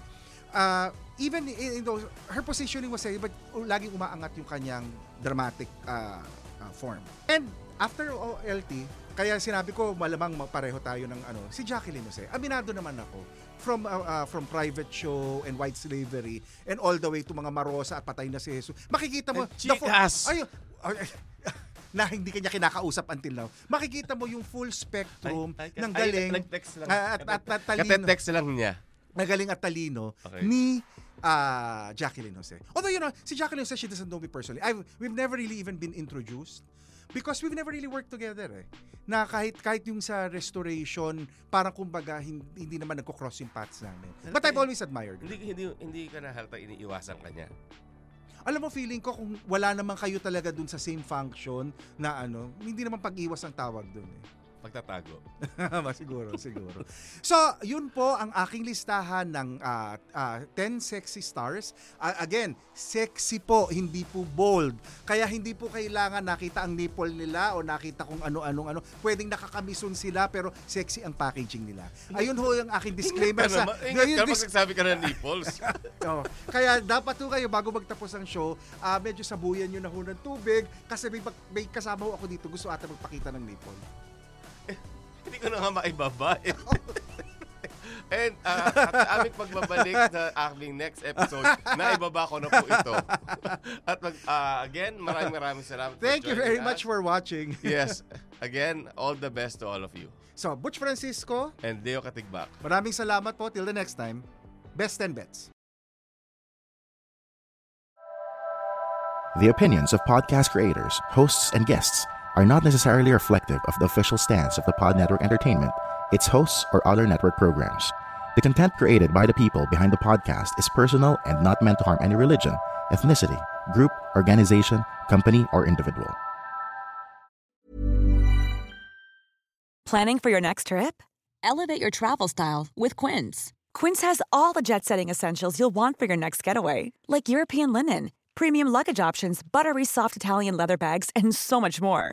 Speaker 1: Ah, even in, in those, her positioning was sexy, but laging umaangat yung kanyang dramatic ah, ah, form. And after OLT, kaya sinabi ko malamang ma- pareho tayo ng ano, si Jacqueline Jose. Aminado naman ako from ah, ah, from private show and white slavery and all the way to mga Marosa at patay na si Jesus. Makikita mo
Speaker 2: And
Speaker 1: the full-
Speaker 2: chicas!
Speaker 1: Ay, ay, na hindi kanya kinakausap until now. Makikita mo yung full spectrum
Speaker 2: Ay, ay,
Speaker 1: ng
Speaker 2: ay,
Speaker 1: galing
Speaker 2: nag-text lang.
Speaker 1: ah, at, at, at talino.
Speaker 2: Katetext lang niya.
Speaker 1: Nagaling at talino
Speaker 2: Okay.
Speaker 1: ni ah, Jacqueline Jose. Although, you know, si Jacqueline Jose, she doesn't know me personally. I've, we've never really even been introduced because we've never really worked together eh. Na kahit, kahit yung sa restoration, parang kumbaga hindi, hindi naman nagko-cross yung paths namin. But I've always admired her.
Speaker 2: Hindi, hindi, hindi ka nahalata iniiwasan ka niya.
Speaker 1: Alam mo, feeling ko kung wala naman kayo talaga dun sa same function na ano, hindi naman pag-iwas ang tawag dun eh.
Speaker 2: Pagtatago.
Speaker 1: Ba, siguro, siguro. So, yun po ang aking listahan ng ah, ah, 10 sexy stars. Ah, again, sexy po, hindi po bold. Kaya hindi po kailangan nakita ang nipple nila o nakita kung ano-anong ano. Pwedeng nakakamisun sila pero sexy ang packaging nila. Ayun ho yung aking disclaimer
Speaker 2: Ingat ka
Speaker 1: sa...
Speaker 2: naman. Ingat
Speaker 1: Yung
Speaker 2: ka
Speaker 1: dis-
Speaker 2: magsasabi ka ng nipples.
Speaker 1: Oo. Kaya dapat ho kayo bago magtapos ang show, ah, medyo sabuyan nyo na ho ng tubig kasi may, pag- may kasama ho ako dito. Gusto ata magpakita ng nipple.
Speaker 2: Hindi ko na nga maibaba eh. And ah, at aming pagbabalik sa aming next episode, naibaba ko na po ito. at mag, ah, again, maraming maraming salamat. for
Speaker 1: Thank you
Speaker 2: joining
Speaker 1: very
Speaker 2: us.
Speaker 1: much for watching.
Speaker 2: Yes. Again, all the best to all of you.
Speaker 1: So, Butch Francisco,
Speaker 2: And Leo Katigbak.
Speaker 1: maraming salamat po. Till the next time, best 10 bets.
Speaker 4: The opinions of podcast creators, hosts, and guests are not necessarily reflective of the official stance of the Pod Network Entertainment, its hosts, or other network programs. The content created by the people behind the podcast is personal and not meant to harm any religion, ethnicity, group, organization, company, or individual.
Speaker 5: Planning for your next trip? Elevate your travel style with Quince.
Speaker 6: Quince has all the jet setting essentials you'll want for your next getaway, like European linen, premium luggage options, buttery soft Italian leather bags, and so much more.